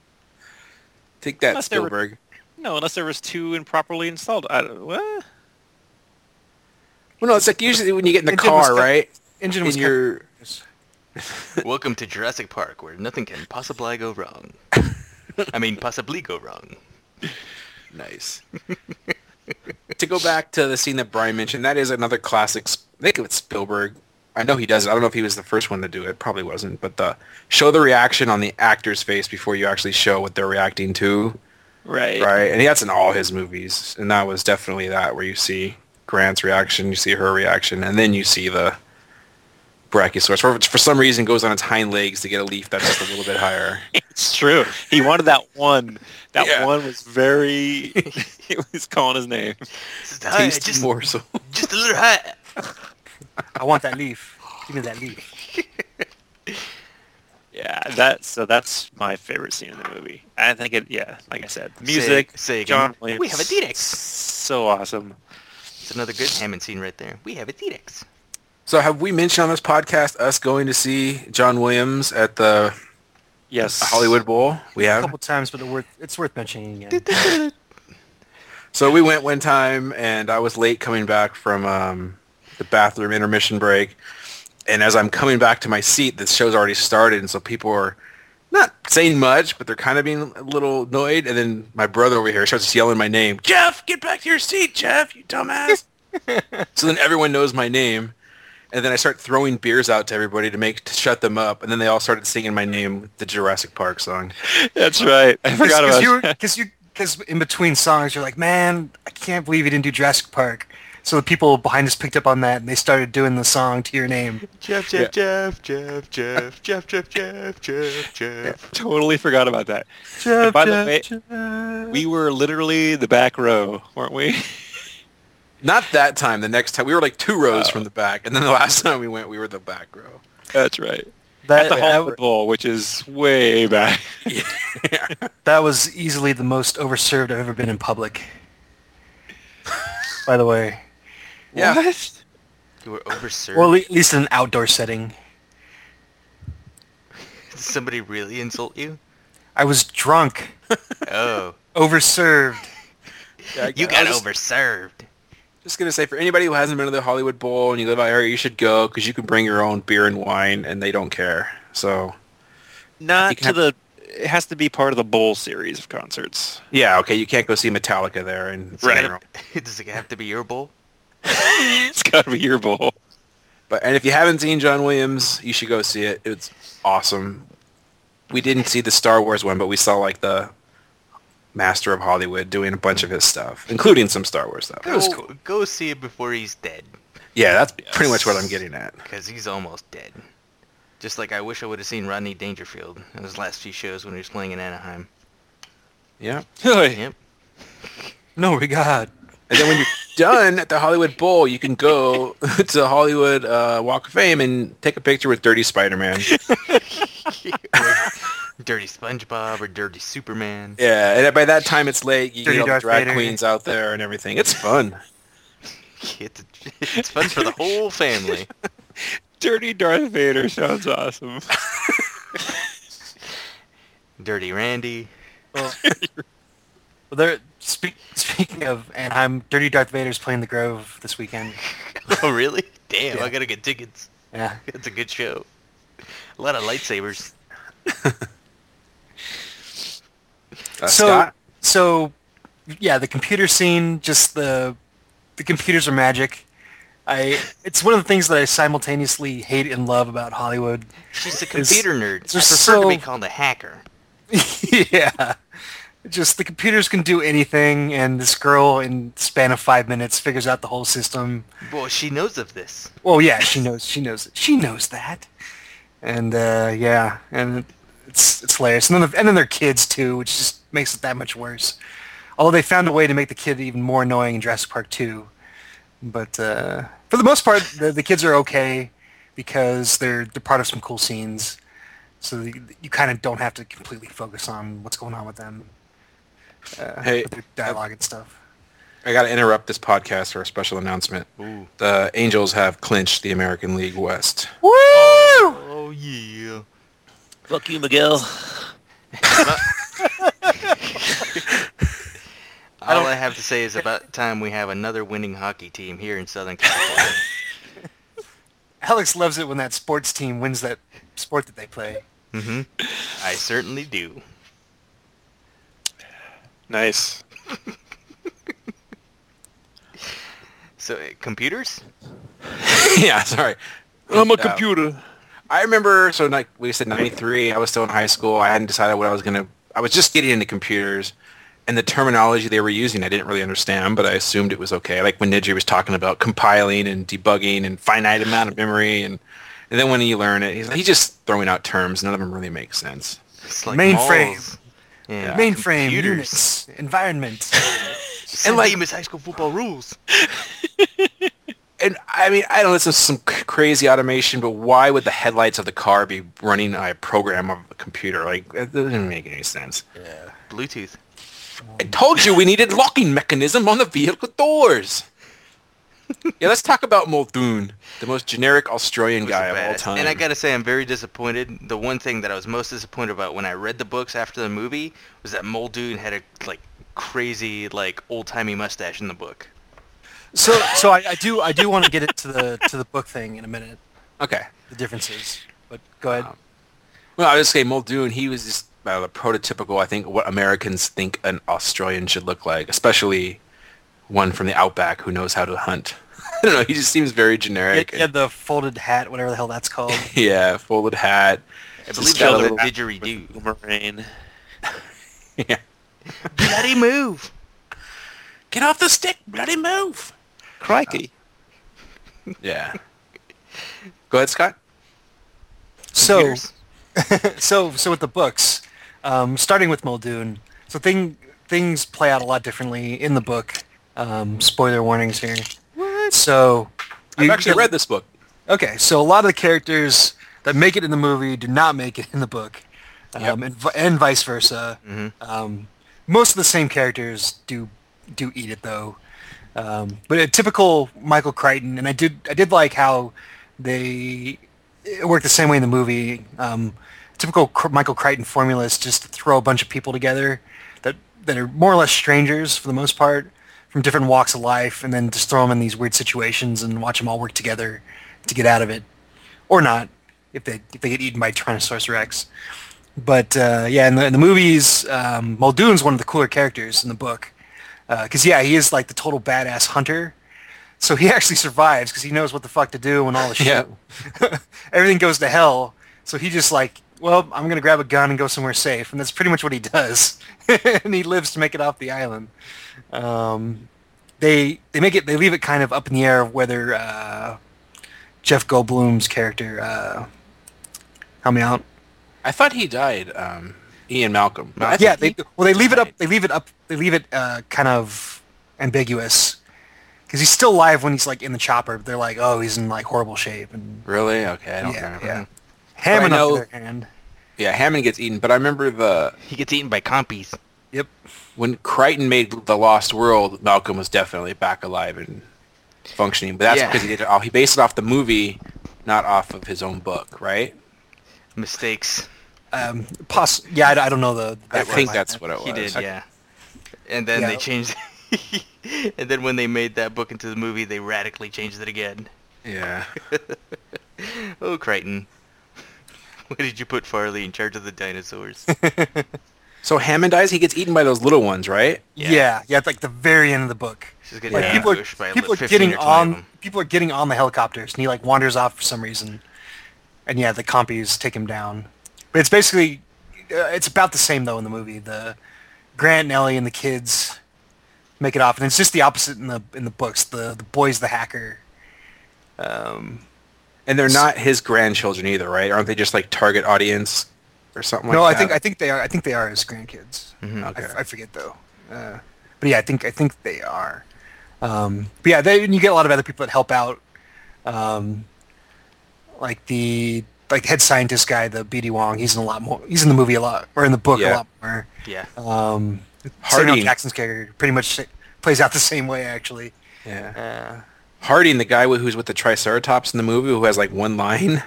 Speaker 1: Take that,
Speaker 3: Unless they were-
Speaker 1: Spielberg.
Speaker 3: No, unless there was two improperly installed. I, don't- what?
Speaker 1: Well, no, it's like usually when you get in the
Speaker 6: Engine was
Speaker 1: car,
Speaker 6: cut-
Speaker 1: right?
Speaker 6: Engine
Speaker 1: And
Speaker 6: was cut.
Speaker 1: you're
Speaker 4: Welcome to Jurassic Park, where nothing can possibly go wrong. I mean, possibly go wrong.
Speaker 1: Nice. to go back to the scene that Brian mentioned, that is another classic. Sp- I think it's Spielberg. I know he does. it. I don't know if he was the first one to do it. Probably wasn't. But the show the reaction on the actor's face before you actually show what they're reacting to,
Speaker 3: Right.
Speaker 1: right? And that's in all his movies. And that was definitely that where you see Grant's reaction, you see her reaction, and then you see the Brachiosaurus. For, for some reason, goes on its hind legs to get a leaf that's just a little bit higher.
Speaker 3: It's true. He wanted that one. That
Speaker 1: Yeah.
Speaker 3: one was very. it was calling his name.
Speaker 4: Just,
Speaker 1: Tasty
Speaker 4: just,
Speaker 1: morsel.
Speaker 4: just a little high.
Speaker 6: I want that leaf. Give me that leaf.
Speaker 3: Yeah, that. So that's my favorite scene in the movie. I think it. Yeah, like I said, music.
Speaker 4: say again.
Speaker 3: John
Speaker 4: We
Speaker 3: Williams,
Speaker 4: have a T-Rex.
Speaker 3: So awesome.
Speaker 4: It's another good Hammond scene right there. We have a T-Rex.
Speaker 1: So have we mentioned on this podcast us going to see John Williams at the
Speaker 3: Yes,
Speaker 1: Hollywood Bowl? We
Speaker 6: a
Speaker 1: have.
Speaker 6: couple times, but it worth, it's worth mentioning again.
Speaker 1: So we went one time, and I was late coming back from um, the bathroom intermission break. And as I'm coming back to my seat, the show's already started, and so people are not saying much, but they're kind of being a little annoyed. And then my brother over here starts yelling my name, Jeff, get back to your seat, Jeff, you dumbass. so then everyone knows my name. And then I start throwing beers out to everybody to make to shut them up, and then they all started singing my name, the Jurassic Park song.
Speaker 3: That's right. I forgot about that.
Speaker 6: Because you, because in between songs, you're like, man, I can't believe you didn't do Jurassic Park. So the people behind us picked up on that and they started doing the song to your name.
Speaker 4: Jeff, Jeff, Jeff, Jeff, Jeff, Jeff, Jeff, Jeff, Jeff, Jeff.
Speaker 3: Totally forgot about that. And by the way, we were literally the back row, weren't we?
Speaker 1: Not that time. The next time we were like two rows from the back, and then the last time we went, we were the back row.
Speaker 3: That's right.
Speaker 6: That,
Speaker 3: At the
Speaker 6: that,
Speaker 3: Hollywood Bowl, which is way back.
Speaker 6: that was easily the most overserved I've ever been in public. by the way,
Speaker 1: Yeah.
Speaker 3: What?
Speaker 4: You were overserved.
Speaker 6: or at least in an outdoor setting.
Speaker 4: Did somebody really insult you?
Speaker 6: I was drunk,
Speaker 4: Oh,
Speaker 6: overserved.
Speaker 4: you
Speaker 1: I
Speaker 4: got
Speaker 1: was
Speaker 4: overserved.
Speaker 1: Just gonna say for anybody who hasn't been to the Hollywood Bowl and you live out here, you should go because you can bring your own beer and wine, and they don't care. So You
Speaker 3: Not
Speaker 1: can
Speaker 3: to the. It has to be part of the bowl series of concerts.
Speaker 1: yeah, okay, you can't go see Metallica there, and it's
Speaker 3: Right.
Speaker 1: your own-
Speaker 4: Does it have to be your bowl?
Speaker 3: It's got to be your bowl.
Speaker 1: But and if you haven't seen John Williams, you should go see it. It's awesome. We didn't see the Star Wars one, but we saw like the Master of Hollywood doing a bunch of his stuff, including some Star Wars stuff. It was
Speaker 4: Go-
Speaker 1: cool.
Speaker 4: Go see it before he's dead.
Speaker 1: Yeah, that's pretty
Speaker 3: Yes.
Speaker 1: much what I'm getting at.
Speaker 4: Because he's almost dead. Just like I wish I would have seen Rodney Dangerfield in his last few shows when he was playing in Anaheim.
Speaker 1: Yeah.
Speaker 4: Yep.
Speaker 6: No, we God.
Speaker 1: And then when you're done at the Hollywood Bowl, you can go to the Hollywood uh, Walk of Fame and take a picture with Dirty Spider-Man.
Speaker 4: Dirty SpongeBob or Dirty Superman.
Speaker 1: Yeah, and by that time it's late. You
Speaker 5: Dirty
Speaker 1: get all the
Speaker 5: Darth
Speaker 1: drag
Speaker 5: Vader.
Speaker 1: queens out there and everything. It's fun.
Speaker 4: It's, it's fun for the whole family.
Speaker 3: Dirty Darth Vader sounds awesome.
Speaker 4: Dirty Randy.
Speaker 6: Well, there. Speak, speaking of Anaheim, Dirty Darth Vader's playing the Grove this weekend.
Speaker 4: Oh, really? Damn,
Speaker 6: Yeah.
Speaker 4: I gotta get tickets.
Speaker 6: Yeah.
Speaker 4: It's a good show. A lot of lightsabers.
Speaker 1: Uh,
Speaker 6: so
Speaker 1: Scott?
Speaker 6: so yeah the computer scene just the the computers are magic i it's one of the things that i simultaneously hate and love about hollywood
Speaker 4: She's a computer nerd. I
Speaker 6: it's
Speaker 4: prefer
Speaker 6: just
Speaker 4: to be
Speaker 6: so-
Speaker 4: called a hacker.
Speaker 6: yeah just the computers can do anything and this girl in the span of five minutes figures out the whole system
Speaker 4: Well, she knows of this.
Speaker 6: well yeah she knows she knows she knows that and uh yeah and it's it's hilarious and then, the, and then their kids too which just makes it that much worse although they found a way to make the kid even more annoying in Jurassic Park 2 but uh for the most part the, the kids are okay because they're they're part of some cool scenes so you, you kind of don't have to completely focus on what's going on with them uh,
Speaker 1: Hey,
Speaker 6: with their dialogue and stuff
Speaker 1: I got to interrupt this podcast for a special announcement. The Angels have clinched the American League West.
Speaker 6: Woo!
Speaker 4: Oh, yeah.
Speaker 7: Fuck you, Miguel.
Speaker 4: All I have to say is about time we have another winning hockey team here in Southern California.
Speaker 6: Alex loves it when that sports team wins that sport that they play
Speaker 4: I certainly do.
Speaker 3: Nice.
Speaker 4: So, uh, computers?
Speaker 1: yeah, sorry. Uh,
Speaker 3: I'm a
Speaker 1: Yeah.
Speaker 3: computer.
Speaker 1: I remember, so like we said, 93, I was still in high school. I hadn't decided what I was going to, I was just getting into computers and the terminology they were using, I didn't really understand, but I assumed it was okay. Like when Nidji was talking about compiling and debugging and finite amount of memory. And, and then when you learn it, he's, he's just throwing out terms. None of them really make sense.
Speaker 4: It's like
Speaker 6: Mainframe.
Speaker 4: malls. Yeah.
Speaker 6: mainframe
Speaker 4: computers.
Speaker 6: units environment
Speaker 4: And like Miss High School Football rules.
Speaker 1: And I mean, I don't know, this is some c- crazy automation, but why would the headlights of the car be running a program of a computer? Like, that doesn't make any sense.
Speaker 4: Bluetooth.
Speaker 1: I told you we needed locking mechanism on the vehicle doors. yeah, let's talk about Muldoon, the most generic Australian
Speaker 4: was
Speaker 1: guy
Speaker 4: a
Speaker 1: of all
Speaker 4: badass.
Speaker 1: time.
Speaker 4: And I gotta say, I'm very disappointed. The one thing that I was most disappointed about when I read the books after the movie was that Muldoon had a like crazy like old timey mustache in the book.
Speaker 6: so so I, I do i do want to get it to the to the book thing in a minute
Speaker 1: okay.
Speaker 6: the differences but go ahead
Speaker 1: Well, I was just saying Muldoon, he was just uh, the prototypical, I think, what Americans think an Australian should look like, especially one from the outback who knows how to hunt. I don't know. He just seems very
Speaker 6: yeah,
Speaker 1: generic.
Speaker 6: yeah, the folded hat whatever the hell that's called
Speaker 1: Yeah, folded hat.
Speaker 4: I believe
Speaker 1: got a
Speaker 4: that was a
Speaker 1: little-
Speaker 4: didgeridoo.
Speaker 3: Boomerang.
Speaker 1: Yeah.
Speaker 4: Bloody move!
Speaker 1: Get off the stick, bloody move.
Speaker 3: Crikey.
Speaker 1: Yeah. Go ahead, Scott.
Speaker 6: so
Speaker 4: Computers?
Speaker 6: so so with the books um, starting with muldoon so thing things play out a lot differently in the book um, spoiler warnings here what? so
Speaker 1: I've
Speaker 6: you-
Speaker 1: actually read this book.
Speaker 6: Okay, so a lot of the characters that make it in the movie do not make it in the book, um, and, vi- and vice versa. Um, most of the same characters do do eat it though, um, but a typical Michael Crichton. And I did I did like how they it worked the same way in the movie. Um, typical Cr- Michael Crichton formula is just to throw a bunch of people together that that are more or less strangers for the most part from different walks of life, and then just throw them in these weird situations and watch them all work together to get out of it, or not if they if they get eaten by Tyrannosaurus Rex. But uh, yeah, in the, in the movies, um, Muldoon's one of the cooler characters in the book because yeah, he is like the total badass hunter. So he actually survives because he knows what the fuck to do when all the shit, everything goes to hell. So he just like, well, I'm gonna grab a gun and go somewhere safe, and that's pretty much what he does. and he lives to make it off the island. Um, they they make it they leave it kind of up in the air of whether uh, Jeff Goldblum's character uh, help me out.
Speaker 1: I thought he died. Um, Ian Malcolm. No, I
Speaker 6: yeah,
Speaker 1: think
Speaker 6: they,
Speaker 1: he-
Speaker 6: well, they leave it up. They leave it up. They leave it uh, kind of ambiguous because he's still alive when he's like in the chopper. But they're like, oh, he's in like horrible shape, and
Speaker 1: Really? Okay, I don't
Speaker 6: yeah,
Speaker 1: remember.
Speaker 6: yeah.
Speaker 1: Yeah.
Speaker 6: Hammond
Speaker 1: But I
Speaker 6: on the
Speaker 1: know-
Speaker 6: other hand.
Speaker 1: Hammond gets eaten, but I remember the
Speaker 4: He gets eaten by compies.
Speaker 6: Yep.
Speaker 1: when Crichton made the Lost World, Malcolm was definitely back alive and functioning. But that's
Speaker 4: Yeah.
Speaker 1: because he did it all. He based it off the movie, not off of his own book, right?
Speaker 4: Mistakes.
Speaker 6: Um, poss- yeah, I, I don't know the.
Speaker 1: I
Speaker 6: the background
Speaker 1: think
Speaker 6: behind
Speaker 1: that's
Speaker 6: that.
Speaker 1: what it was.
Speaker 4: He did, yeah. And then
Speaker 6: Yeah.
Speaker 4: they changed. and then when they made that book into the movie, they radically changed it again.
Speaker 1: Yeah.
Speaker 4: Oh, Crichton. Why did you put Farley in charge of the dinosaurs?
Speaker 1: So Hammond dies. He gets eaten by those little ones, right?
Speaker 6: Yeah. yeah, At like the very end of the book,
Speaker 4: She's getting
Speaker 6: like
Speaker 4: yeah.
Speaker 6: people are
Speaker 4: ambushed by
Speaker 6: people
Speaker 4: like
Speaker 6: are
Speaker 4: 15
Speaker 6: getting
Speaker 4: or 20 of
Speaker 6: on
Speaker 4: them.
Speaker 6: people are getting on the helicopters, and he like wanders off for some reason, and yeah, the compies take him down. But it's basically uh, it's about the same though in the movie. The Grant and Ellie and the kids make it off, and it's just the opposite in the in the books. The the boy's the hacker.
Speaker 1: And they're not his grandchildren either, right? Aren't they just like target audience or something
Speaker 6: no,
Speaker 1: like that? Mm-hmm.
Speaker 6: I think I think they are. I think they are his grandkids. I,
Speaker 1: Okay.
Speaker 6: f- I forget though. Uh, but yeah, I think I think they are. Um, but yeah, they, and you get a lot of other people that help out, um, like the like the head scientist guy, the BD Wong. He's in a lot more. He's in the movie a lot, or in the book
Speaker 1: Yeah.
Speaker 6: a lot more.
Speaker 4: Yeah.
Speaker 6: Um, Samuel
Speaker 1: Harding.
Speaker 6: Jackson's character pretty much sa- plays out the same way actually.
Speaker 1: Yeah.
Speaker 6: Uh,
Speaker 1: Harding, the guy who's with the Triceratops in the movie, who has like one line,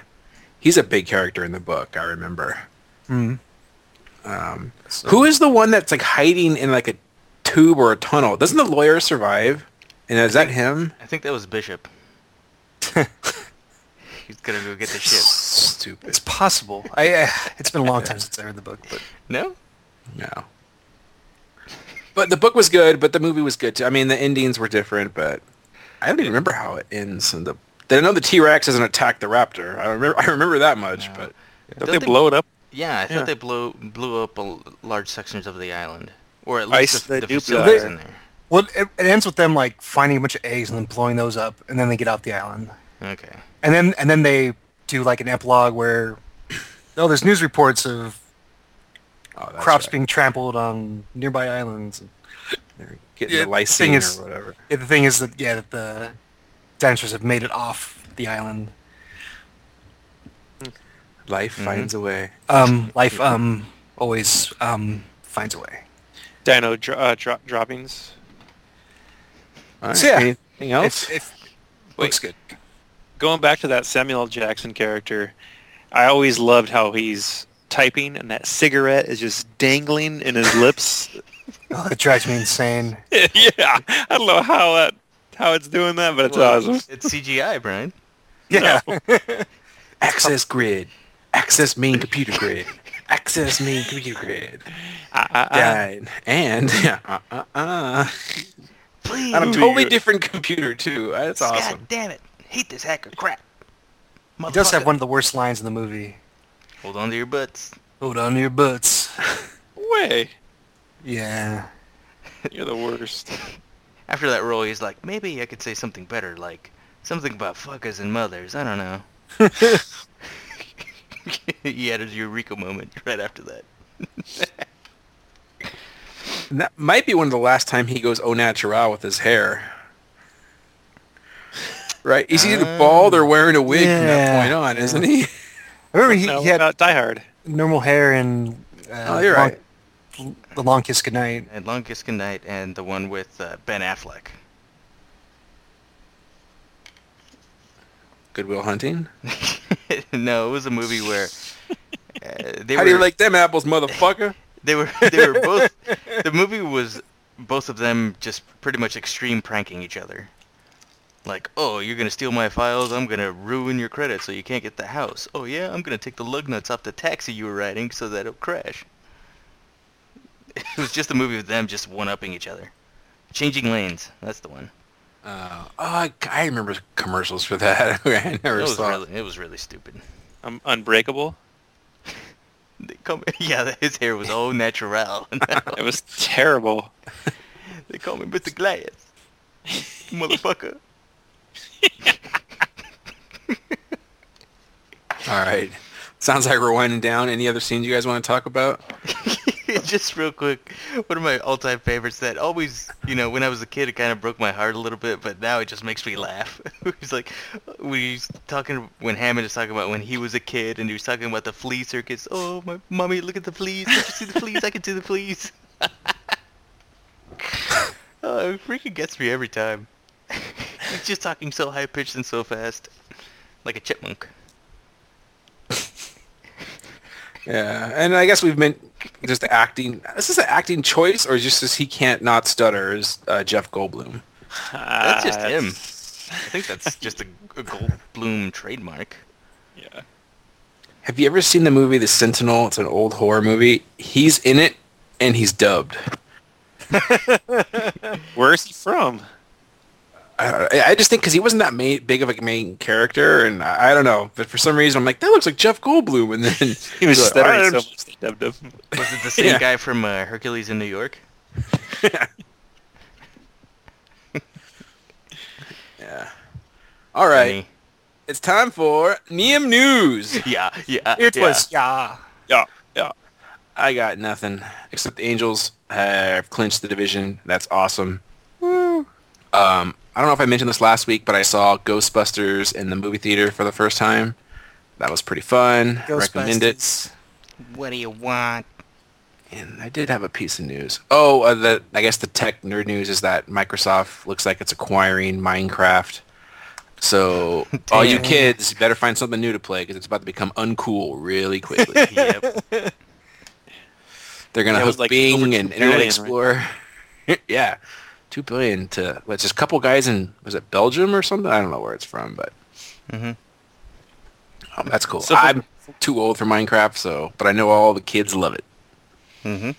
Speaker 1: he's a big character in the book. I remember. Mm. Um, Who is the one that's like hiding in like a tube or a tunnel? Doesn't the lawyer survive? And is that him?
Speaker 4: I think that was Bishop. He's gonna go get the ship.
Speaker 1: Stupid.
Speaker 6: it's possible. I uh, it's been a long time since I read the book, but
Speaker 4: No?
Speaker 1: No. But the book was good, but the movie was good too. I mean, the endings were different, but I don't even remember how it ends. And the I know the T Rex doesn't attack the raptor. I remember I remember that much, but
Speaker 3: Don't
Speaker 4: Don't
Speaker 3: they
Speaker 4: they-
Speaker 3: blow it up?
Speaker 4: Yeah, I thought
Speaker 3: Yeah.
Speaker 4: they blew blew up a l large sections of the island, or at
Speaker 3: Ice,
Speaker 4: least
Speaker 3: they
Speaker 4: the, the
Speaker 3: do blow
Speaker 4: facilities
Speaker 6: it.
Speaker 4: in there.
Speaker 6: well, it, it ends with them like finding a bunch of eggs and then blowing those up, and then they get out the island.
Speaker 4: Okay.
Speaker 6: and then and then they do like an epilogue where oh there's news reports of
Speaker 1: oh, that's
Speaker 6: crops
Speaker 1: right.
Speaker 6: being trampled on nearby islands
Speaker 1: They're getting
Speaker 6: Yeah,
Speaker 1: the
Speaker 6: the
Speaker 1: lysine
Speaker 6: thing is-
Speaker 1: or whatever.
Speaker 6: yeah, the thing is that yeah that the dinosaurs have made it off the island
Speaker 1: Life
Speaker 6: Mm-hmm.
Speaker 1: finds a way.
Speaker 6: um life um always um finds a way
Speaker 3: Dino dro- uh, dro- droppings.
Speaker 1: All right.
Speaker 6: So, yeah.
Speaker 1: Anything else?
Speaker 6: looks good
Speaker 3: Going back to that Samuel L. Jackson character, I always loved how he's typing and that cigarette is just dangling in his lips.
Speaker 6: oh, it drives me insane
Speaker 3: yeah, I don't know how that how it's doing that, but it's
Speaker 4: Well,
Speaker 3: awesome.
Speaker 4: It's CGI, Brian.
Speaker 6: yeah
Speaker 1: Access grid. Access main computer grid. Access main computer grid.
Speaker 3: I, I,
Speaker 6: Uh-huh.
Speaker 3: I-
Speaker 1: Died. And yeah, uh, uh, uh.
Speaker 4: Please.
Speaker 1: on a totally different computer too. That's awesome.
Speaker 4: God damn it! Hate this hacker crap.
Speaker 6: he does have one of the worst lines in the movie
Speaker 4: Hold on to your butts.
Speaker 6: hold on to your butts
Speaker 3: way.
Speaker 6: yeah
Speaker 3: You're the worst.
Speaker 4: After that role, he's like, maybe I could say something better, like something about fuckers and mothers. I don't know. he had his eureka moment right after that.
Speaker 1: And that might be one of the last time he goes au natural with his hair. Right? He's either bald or wearing a wig from
Speaker 6: Uh, Yeah.
Speaker 1: that point on, isn't he?
Speaker 6: i remember he,
Speaker 3: No,
Speaker 6: he had
Speaker 3: about Die Hard.
Speaker 6: normal hair and uh,
Speaker 1: Oh, you're
Speaker 6: long-
Speaker 1: right.
Speaker 6: the long kiss goodnight
Speaker 4: And Long Kiss Goodnight and the one with uh, Ben Affleck.
Speaker 1: Goodwill hunting.
Speaker 4: no, it was a movie where uh, they
Speaker 1: How
Speaker 4: were
Speaker 1: do you like them apples, motherfucker?
Speaker 4: they were they were both the movie was both of them just pretty much extreme pranking each other. Like, oh, you're gonna steal my files. I'm gonna ruin your credit so you can't get the house. Oh yeah, I'm gonna take the lug nuts off the taxi you were riding so that it'll crash. It was just a movie of them just one-upping each other, changing lanes. That's the one.
Speaker 1: Uh, oh, I, I remember commercials for that. I
Speaker 4: It
Speaker 1: never
Speaker 4: was
Speaker 1: saw it.
Speaker 4: really, it was really stupid.
Speaker 3: Um, Unbreakable.
Speaker 4: They call me, yeah, his hair was all natural.
Speaker 3: It was terrible.
Speaker 4: They call me Mr. Glass. Motherfucker.
Speaker 1: All right. Sounds like we're winding down. Any other scenes you guys want to talk about?
Speaker 4: just real quick, one of my all-time favorites that always, you know, when I was a kid, it kind of broke my heart a little bit, but now it just makes me laugh. he's like, when he's talking, when Hammond is talking about when he was a kid, and he was talking about the flea circus. Oh, my mommy, look at the fleas! Did you see the fleas? I can see the fleas. oh, it freaking gets me every time. he's just talking so high pitched and so fast, like a chipmunk.
Speaker 1: Yeah, and I guess we've been just acting. Is this an acting choice, or just as he can't not stutter? Is uh, Jeff Goldblum?
Speaker 4: That's
Speaker 3: Ah,
Speaker 4: just him. I think that's just a, a Goldblum trademark.
Speaker 3: Yeah.
Speaker 1: Have you ever seen the movie The Sentinel? It's an old horror movie. He's in it, and he's dubbed.
Speaker 3: Where's he from?
Speaker 1: I, don't know. I- I just think because he wasn't that main, big of a main character, and I, I don't know, but for some reason I'm like, that looks like Jeff Goldblum, and then
Speaker 3: He was
Speaker 1: Like,
Speaker 3: stuttering so
Speaker 1: "I'm-
Speaker 3: much they dubbed him.
Speaker 4: Was it the same
Speaker 1: Yeah.
Speaker 4: guy from uh, Hercules in New York?
Speaker 1: Yeah. All right, it's time for Neum News.
Speaker 4: Yeah, yeah.
Speaker 6: It
Speaker 4: yeah.
Speaker 6: was yeah.
Speaker 3: Yeah, yeah.
Speaker 1: I got nothing except the Angels have clinched the division. That's awesome. Um, I don't know if I mentioned this last week, but I saw Ghostbusters in the movie theater for the first time. That was pretty fun. Recommend it.
Speaker 4: What do you want?
Speaker 1: And I did have a piece of news. Oh, uh, the I guess the tech nerd news is that Microsoft looks like it's acquiring Minecraft. So all you
Speaker 4: Damn.
Speaker 1: kids you better find something new to play because it's about to become uncool really quickly.
Speaker 4: Yep.
Speaker 1: They're gonna
Speaker 3: Yeah, it was
Speaker 1: hook
Speaker 3: like over
Speaker 1: Bing
Speaker 3: two
Speaker 1: and Internet
Speaker 3: billion, right?
Speaker 1: Explorer. yeah, two billion to well, it's just a couple guys in was it Belgium or something? I don't know where it's from, but
Speaker 4: Mhm.
Speaker 1: um, that's cool.
Speaker 3: Mm-hmm. So for-
Speaker 1: I'm too old for Minecraft, so but I know all the kids love it.
Speaker 4: mm-hmm.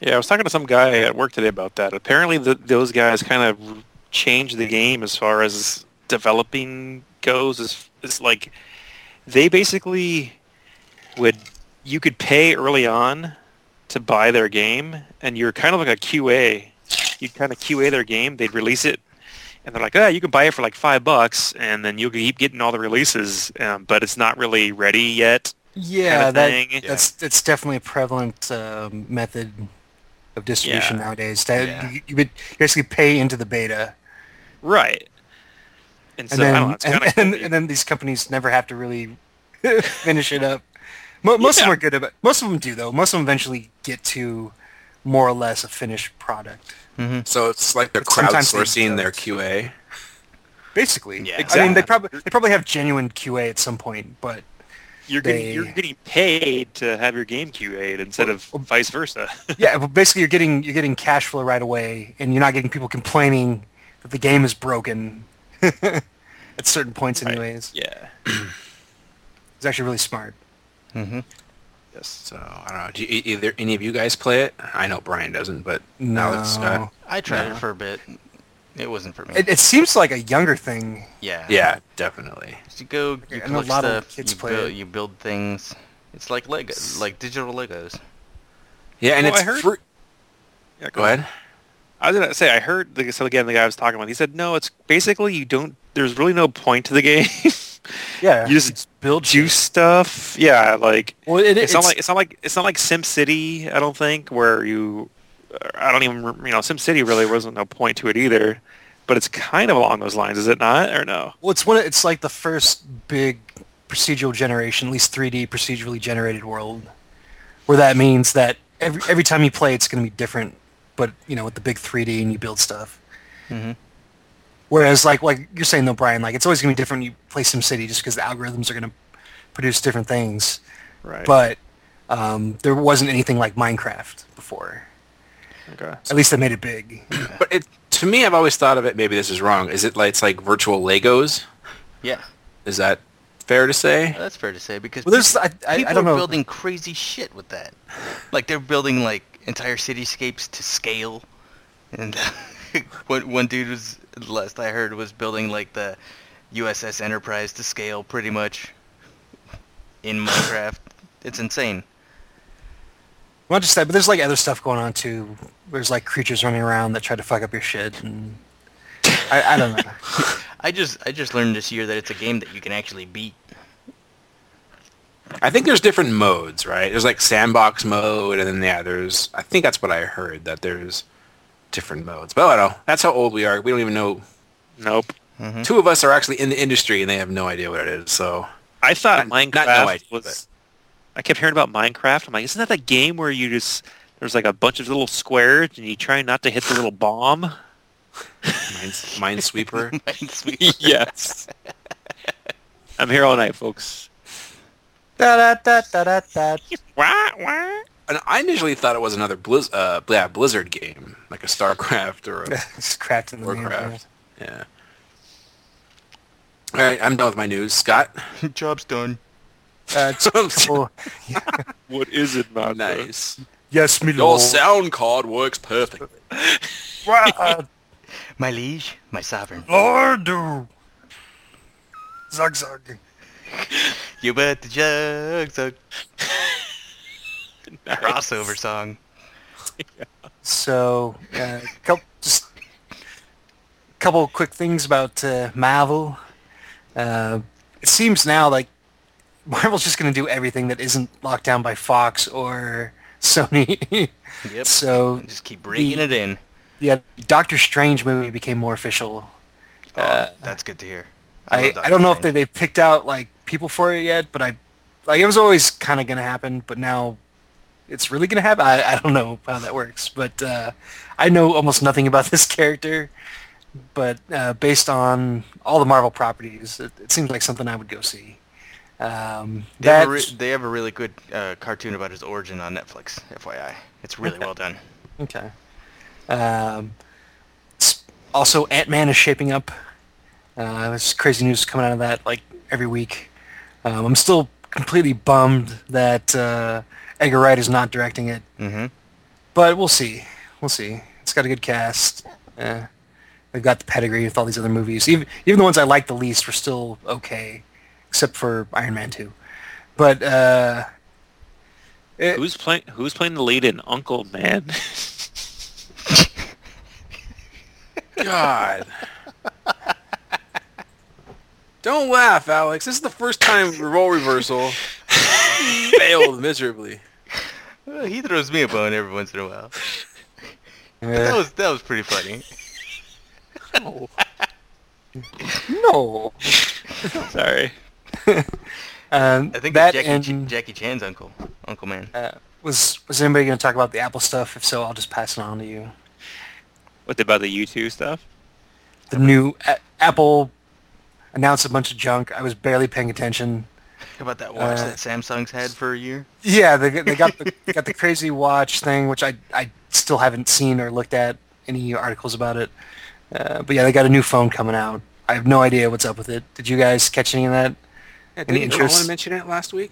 Speaker 3: Yeah, I was talking to some guy at work today about that. Apparently, th those guys kind of changed the game as far as developing goes. Is it's like they basically would you could pay early on to buy their game, and you're kind of like a QA. You'd kind of QA their game. They'd release it, and they're like, "Ah, you can buy it for like five bucks, and then you'll keep getting all the releases, um, but it's not really ready yet."
Speaker 6: Yeah,
Speaker 3: Kinda
Speaker 6: that,
Speaker 3: thing.
Speaker 6: that's that's definitely a prevalent um, method of distribution
Speaker 3: Yeah.
Speaker 6: nowadays. That
Speaker 4: Yeah.
Speaker 6: you, you would basically pay into the beta,
Speaker 3: Right. And so
Speaker 6: and then
Speaker 3: I don't know. It's
Speaker 6: and,
Speaker 3: kind of
Speaker 6: and, and then these companies never have to really finish it up. Mo- Most of
Speaker 3: Yeah.
Speaker 6: them are good about. Most of them do though. Most of them eventually get to more or less a finished product.
Speaker 1: So it's like they're
Speaker 6: But sometimes they
Speaker 1: crowdsourcing their
Speaker 6: don't.
Speaker 1: QA.
Speaker 6: Basically,
Speaker 4: Yeah.
Speaker 6: I mean, they
Speaker 1: Exactly.
Speaker 6: probably they probably have genuine QA at some point, but
Speaker 3: You're
Speaker 6: They-
Speaker 3: getting you're getting paid to have your game QA'd instead of vice versa.
Speaker 6: yeah, well, basically you're getting you're getting cash flow right away, and you're not getting people complaining that the game is broken at certain points, anyways.
Speaker 3: yeah.
Speaker 6: It's actually really smart.
Speaker 4: mm-hmm.
Speaker 3: Yes.
Speaker 1: So I don't know. Do you, e, either any of you guys play it? I know Brian doesn't, but now it's uh,
Speaker 6: No.
Speaker 4: I tried it for a bit. It wasn't for me.
Speaker 6: It, it seems like a younger thing.
Speaker 4: yeah.
Speaker 1: yeah, definitely.
Speaker 4: You go. You
Speaker 6: I know a
Speaker 4: collect
Speaker 6: lot of
Speaker 4: stuff.
Speaker 6: kids
Speaker 4: you,
Speaker 6: play
Speaker 4: build,
Speaker 6: it.
Speaker 4: you build things. It's like Lego, like digital Legos.
Speaker 1: Yeah, and
Speaker 3: Well, I
Speaker 1: it's
Speaker 3: heard-
Speaker 1: free.
Speaker 3: Yeah,
Speaker 1: Go ahead.
Speaker 3: I was gonna say I heard the, so again the guy I was talking with. He said no, it's basically you don't. There's really no point to the game.
Speaker 6: Yeah,
Speaker 3: you just
Speaker 6: build
Speaker 3: juice stuff. Yeah, like
Speaker 6: Well, it,
Speaker 3: it's, not like it's not like it's not like SimCity. I don't think where you. I don't even rem- you know SimCity really wasn't no point to it either. But it's kind of along those lines, is it not? Or no?
Speaker 6: well, it's one. of- It's like the first big procedural generation, at least 3D procedurally generated world, where that means that every every time you play, it's going to be different. But you know, with the big 3D and you build stuff.
Speaker 4: Mhm.
Speaker 6: Whereas, like like you're saying though, Brian, like it's always going to be different. When you play SimCity just because the algorithms are going to produce different things.
Speaker 3: Right.
Speaker 6: But um, there wasn't anything like Minecraft before.
Speaker 3: okay.
Speaker 6: At least they made it big.
Speaker 1: But it to me, I've always thought of it. Maybe this is wrong. Is it like it's like virtual Legos?
Speaker 4: Yeah,
Speaker 1: Is that fair to say?
Speaker 4: that's fair to say because
Speaker 6: Well, there's I, I,
Speaker 4: people
Speaker 6: I don't
Speaker 4: are
Speaker 6: know.
Speaker 4: building crazy shit with that. Like they're building like entire cityscapes to scale, and one one dude was last I heard was building like the USS Enterprise to scale pretty much in Minecraft. It's insane.
Speaker 6: Not just that, but there's like other stuff going on too. There's like creatures running around that try to fuck up your shit, and I, I don't know.
Speaker 4: I just I just learned this year that it's a game that you can actually beat.
Speaker 1: I think there's different modes, right? There's like sandbox mode, and then yeah, there's. I think that's what I heard that there's different modes. But I don't know. That's how old we are. We don't even know.
Speaker 3: Nope.
Speaker 1: Two of us are actually in the industry, and they have no idea what it is. So
Speaker 3: I thought
Speaker 1: Not-
Speaker 3: Minecraft
Speaker 1: not no idea,
Speaker 3: was. I kept hearing about Minecraft. I'm like, isn't that that game where you just there's like a bunch of little squares and you try not to hit the little bomb?
Speaker 1: Mines, Minesweeper.
Speaker 4: Minesweeper.
Speaker 3: yes. I'm here all night, folks. Wah, wah.
Speaker 1: and I initially thought it was another Blizz, uh, yeah, Blizzard game, like a StarCraft or a
Speaker 6: Just cracked in the name.
Speaker 1: Warcraft. Yeah. All right, I'm done with my news. Scott,
Speaker 4: Job's done.
Speaker 6: Uh, it's cool.
Speaker 3: What is it, man?
Speaker 1: nice.
Speaker 6: Yes, me
Speaker 1: Your
Speaker 6: lord.
Speaker 1: sound card works perfect.
Speaker 6: Right,
Speaker 4: My liege, my sovereign.
Speaker 6: Oh. Lord. Zug zug.
Speaker 4: You bet the jug. So crossover song.
Speaker 6: So, uh, couple, just couple of quick things about uh, Marvel. Uh, it seems now like Marvel's just going to do everything that isn't locked down by Fox or Sony.
Speaker 4: Yep.
Speaker 6: so,
Speaker 4: Just keep breaking it in.
Speaker 6: yeah, Doctor Strange movie became more official.
Speaker 4: Oh, that's good to hear.
Speaker 6: I,
Speaker 4: love
Speaker 6: Uh, I
Speaker 4: Doctor
Speaker 6: don't know if they,
Speaker 4: Strange.
Speaker 6: they picked out like people for it yet, but I like it was always kind of going to happen, but now it's really going to happen. I, I don't know how that works, but uh, I know almost nothing about this character, but uh, based on all the Marvel properties, it, it seems like something I would go see. Um,
Speaker 4: They have, a
Speaker 6: that's-
Speaker 4: re- they have a really good uh, cartoon about his origin on Netflix, FYI. It's really well done.
Speaker 6: Okay. Um, s- also, Ant Man is shaping up. Uh, there's crazy news coming out of that like every week. Um, I'm still completely bummed that uh, Edgar Wright is not directing it,
Speaker 4: Mm-hmm.
Speaker 6: but we'll see. We'll see. It's got a good cast. Uh, they've got the pedigree with all these other movies. Even even the ones I liked the least were still okay, except for Iron Man Two. But uh, it-
Speaker 3: Who's playing? Who's playing the lead in Uncle Man?
Speaker 1: God. Don't laugh, Alex. This is the first time role reversal failed miserably.
Speaker 4: Well, Uh, he throws me a bone every once in a while. That was that was pretty funny.
Speaker 6: no.
Speaker 3: Sorry.
Speaker 6: Um,
Speaker 4: I think
Speaker 6: that
Speaker 4: it's Jackie,
Speaker 6: and-
Speaker 4: Ch- Jackie Chan's uncle, Uncle Man.
Speaker 6: Uh, was was anybody going to talk about the Apple stuff? If so, I'll just pass it on to you.
Speaker 3: What about the U2 stuff?
Speaker 6: The new a- Apple announced a bunch of junk. I was barely paying attention.
Speaker 4: How about that watch
Speaker 6: uh,
Speaker 4: that Samsung's had for a year?
Speaker 6: Yeah, they, they got the they got the crazy watch thing, which I I still haven't seen or looked at any articles about it. Uh, but yeah, they got a new phone coming out. I have no idea what's up with it. Did you guys catch any of that?
Speaker 1: Yeah, didn't
Speaker 6: Any interest?
Speaker 1: Nolan mention it last week?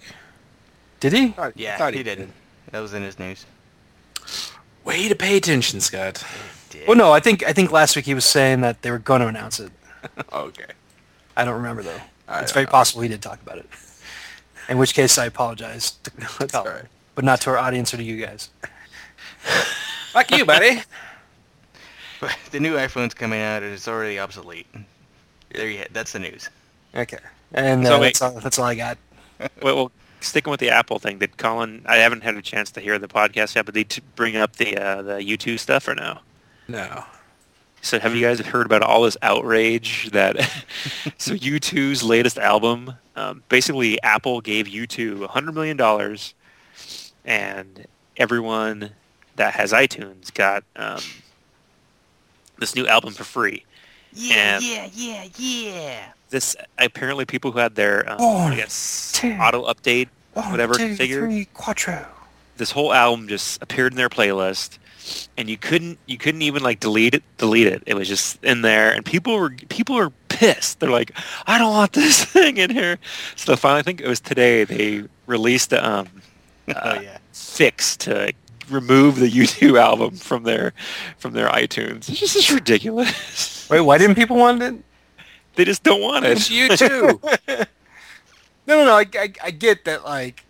Speaker 6: Did he?
Speaker 1: Thought-
Speaker 4: Yeah,
Speaker 1: thought
Speaker 4: he, didn't. That was in his news.
Speaker 1: Way to pay attention, Scott.
Speaker 4: Dick.
Speaker 6: Well, Oh, no, I think I think last week he was saying that they were going to announce it.
Speaker 1: Okay.
Speaker 6: I don't remember though.
Speaker 1: I
Speaker 6: it's
Speaker 1: don't
Speaker 6: very
Speaker 1: know.
Speaker 6: possible he did talk about it. In which case, I apologize. To, to Colin,
Speaker 1: all right.
Speaker 6: But not to our audience or to you guys.
Speaker 1: Fuck you, buddy.
Speaker 4: But the new iPhone's coming out and it's already obsolete. There you ha- that's the news.
Speaker 6: Okay. And
Speaker 3: So
Speaker 6: uh,
Speaker 3: wait.
Speaker 6: that's, all, that's all I got.
Speaker 3: Well, well, sticking with the Apple thing, did Colin? I haven't had a chance to hear the podcast yet, but did he t- bring up the uh, the U2 stuff or no?
Speaker 1: No.
Speaker 3: So have you guys heard about all this outrage that so U2's latest album, um, basically Apple gave U2 $100 million and everyone that has iTunes got um, this new album for free. Yeah, yeah,
Speaker 4: yeah, yeah.
Speaker 3: This apparently people who had their um,
Speaker 6: One,
Speaker 3: I guess
Speaker 6: two,
Speaker 3: auto update whatever
Speaker 6: One, two,
Speaker 3: configured
Speaker 6: three, quattro.
Speaker 3: this whole album just appeared in their playlist and you couldn't you couldn't even like delete it delete it it was just in there and people were people were pissed they're like i don't want this thing in here so finally i think it was today they released a um, uh,
Speaker 4: oh yeah.
Speaker 3: fix to remove the u2 album from their from their itunes it's just it's ridiculous
Speaker 6: Wait, why didn't people want it?
Speaker 3: they just don't want
Speaker 1: It's
Speaker 3: it
Speaker 1: you too.
Speaker 6: No, no, no. I, I, I get that, like,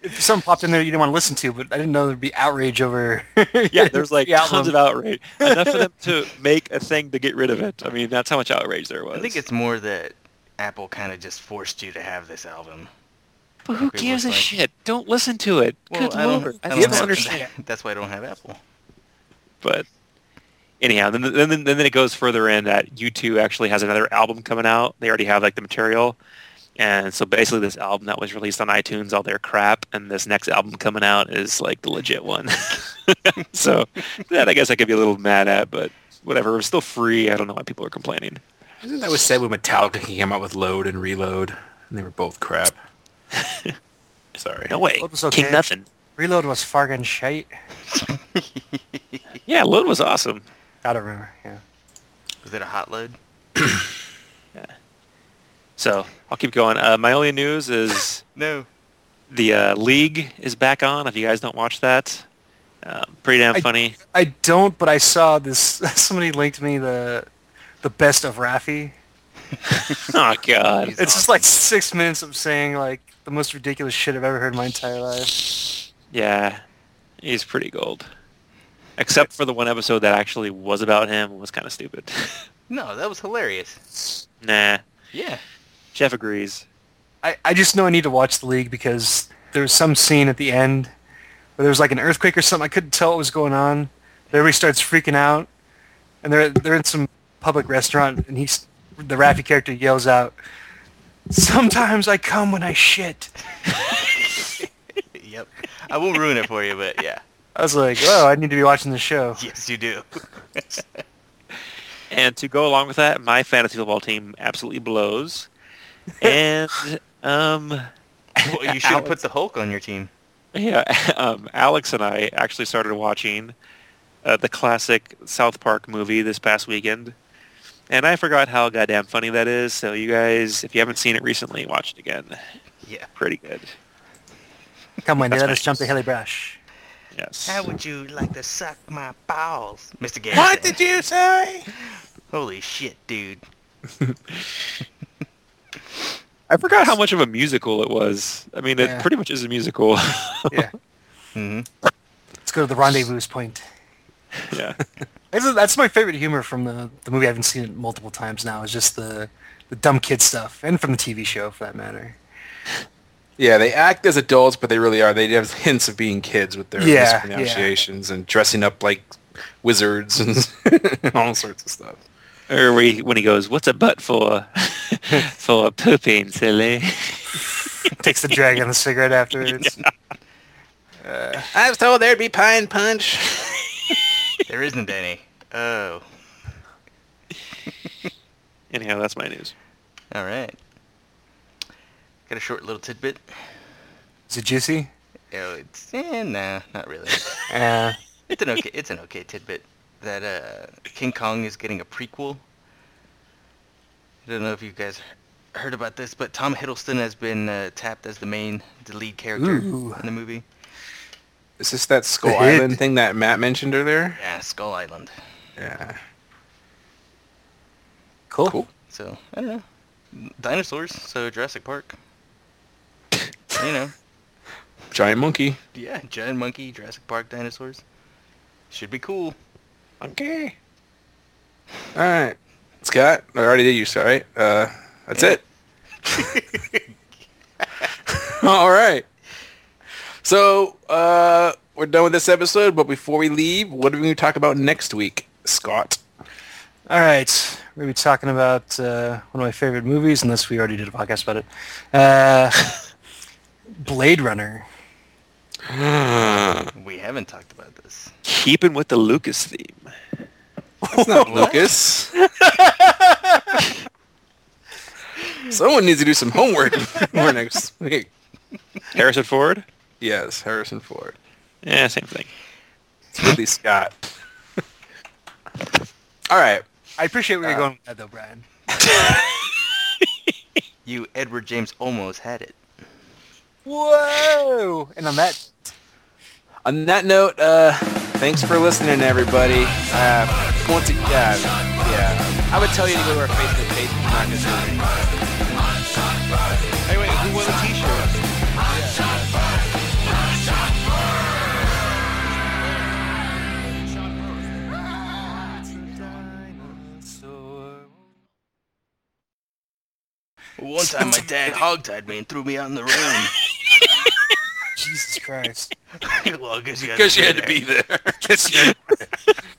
Speaker 6: if something popped in there you didn't want to listen to, but I didn't know there'd be outrage over.
Speaker 3: yeah there's like
Speaker 6: the album.
Speaker 3: tons of outrage enough for them to make a thing to get rid of it i mean that's how much outrage there was
Speaker 4: I think it's more that Apple kind of just forced you to have this album.
Speaker 3: But who
Speaker 4: It
Speaker 3: gives a
Speaker 4: looks like-
Speaker 3: shit? Don't listen to it.
Speaker 4: Well,
Speaker 3: Good
Speaker 4: I don't,
Speaker 3: lord.
Speaker 4: I
Speaker 3: I
Speaker 4: don't
Speaker 3: do
Speaker 4: have-
Speaker 3: understand.
Speaker 4: That's why I don't have Apple.
Speaker 3: But anyhow, then, then then then it goes further in that U2 actually has another album coming out. They already have like the material, and so basically this album that was released on iTunes, all their crap, and this next album coming out is like the legit one. so that I guess I could be a little mad at, but whatever. It was still free. I don't know why people are complaining.
Speaker 1: Isn't that was said when Metallica came out with Load and Reload, and they were both crap. Sorry.
Speaker 3: No way.
Speaker 6: Well, it was okay.
Speaker 3: King nothing.
Speaker 6: Reload was fargan shite.
Speaker 3: Yeah, Load was awesome.
Speaker 6: I don't remember. Yeah.
Speaker 4: Was it a hot load?
Speaker 3: So I'll keep going. Uh, my only news is
Speaker 4: No.
Speaker 3: the uh, league is back on. If you guys don't watch that, uh, pretty damn
Speaker 6: I-
Speaker 3: funny.
Speaker 6: I don't, but I saw this. Somebody linked me the the best of Rafi.
Speaker 3: oh god,
Speaker 6: It's just like six minutes of saying like the most ridiculous shit I've ever heard in my entire life.
Speaker 3: yeah, he's pretty gold. Except for the one episode that actually was about him it was kind of stupid.
Speaker 4: No, that was hilarious.
Speaker 3: nah,
Speaker 4: Yeah.
Speaker 3: Jeff agrees.
Speaker 6: I, I just know I need to watch the league because there was some scene at the end where there was like an earthquake or something. I couldn't tell what was going on. Everybody starts freaking out, and they're they're in some public restaurant, and he's the Rafi character yells out, "Sometimes I come when I shit."
Speaker 4: Yep. I won't ruin it for you, but yeah.
Speaker 6: I was like, "Oh, I need to be watching the show."
Speaker 4: Yes, you do.
Speaker 3: And to go along with that, my fantasy football team absolutely blows. and um,
Speaker 4: Well, you should have put the Hulk on your team.
Speaker 3: Yeah, um, Alex and I actually started watching uh, the classic South Park movie this past weekend, and I forgot how goddamn funny that is. So you guys, if you haven't seen it recently, watch it again.
Speaker 4: Yeah.
Speaker 3: Pretty good.
Speaker 6: Come on,
Speaker 3: That's
Speaker 6: let
Speaker 3: my
Speaker 6: us jump the hilly brush.
Speaker 3: Yes.
Speaker 4: How would you like to suck my balls, Mr. Gary?
Speaker 1: What did you say?
Speaker 4: Holy shit, dude.
Speaker 3: I forgot how much of a musical it was. I mean, it
Speaker 6: Yeah.
Speaker 3: pretty much is a musical.
Speaker 6: Yeah,
Speaker 4: hmm
Speaker 6: let's go to the rendezvous point.
Speaker 3: yeah.
Speaker 6: That's, that's my favorite humor from the, the movie. I haven't seen it multiple times now. Is just the the dumb kid stuff, and from the TV show for that matter.
Speaker 1: Yeah, they act as adults, but they really are. They have hints of being kids with their
Speaker 6: Yeah, yeah.
Speaker 1: mispronunciations and dressing up like wizards and all sorts of stuff.
Speaker 3: Or where he, when he goes, "What's a butt for?" for pooping, silly.
Speaker 6: Takes the drag on the cigarette afterwards.
Speaker 1: I was told there'd be pine punch.
Speaker 4: There isn't any. Oh.
Speaker 3: Anyhow, that's my news.
Speaker 4: All right. Got a short little tidbit.
Speaker 6: Is it juicy?
Speaker 4: Oh, it's eh, nah, not really.
Speaker 6: Uh,
Speaker 4: It's an okay. It's an okay tidbit that uh, King Kong is getting a prequel. I don't know if you guys heard about this, but Tom Hiddleston has been uh, tapped as the main, the lead character
Speaker 6: Ooh.
Speaker 4: in the movie.
Speaker 1: Is this that Skull
Speaker 6: The hit.
Speaker 1: Island thing that Matt mentioned earlier?
Speaker 4: Yeah, Skull Island.
Speaker 1: Yeah.
Speaker 6: cool.
Speaker 1: Cool.
Speaker 4: So I don't know. Dinosaurs. So Jurassic Park. you know.
Speaker 1: Giant monkey.
Speaker 4: Yeah, giant monkey, Jurassic Park dinosaurs. Should be cool.
Speaker 1: Okay. All right. Scott, I already did you, Scott, right? Uh, that's it. All right. So uh, we're done with this episode, but before we leave, what are we going to talk about next week, Scott?
Speaker 6: All right, we're gonna be talking about uh, one of my favorite movies, unless we already did a podcast about it. Uh, Blade Runner.
Speaker 4: We haven't talked about this.
Speaker 3: Keeping with the Lucas theme.
Speaker 1: That's not Lucas. Someone needs to do some homework for next week.
Speaker 3: Harrison Ford.
Speaker 1: Yes, Harrison Ford.
Speaker 3: Yeah, same thing.
Speaker 1: It's Ridley Scott. All right.
Speaker 6: I appreciate where you're going with that, though, Brian.
Speaker 4: You, Edward James, almost had it.
Speaker 6: Whoa! And on that
Speaker 1: on that note, uh, thanks for listening, everybody. Uh, once again, yeah, I would tell you to go to our Facebook page. but You're not gonna do it.
Speaker 3: Anyway, who won the t-shirt?
Speaker 4: One time my dad hogtied me and threw me out in the room.
Speaker 8: Jesus Christ.
Speaker 1: well, I guess you had
Speaker 4: Because
Speaker 1: to
Speaker 4: you
Speaker 1: be
Speaker 4: had to
Speaker 1: there.
Speaker 4: be there.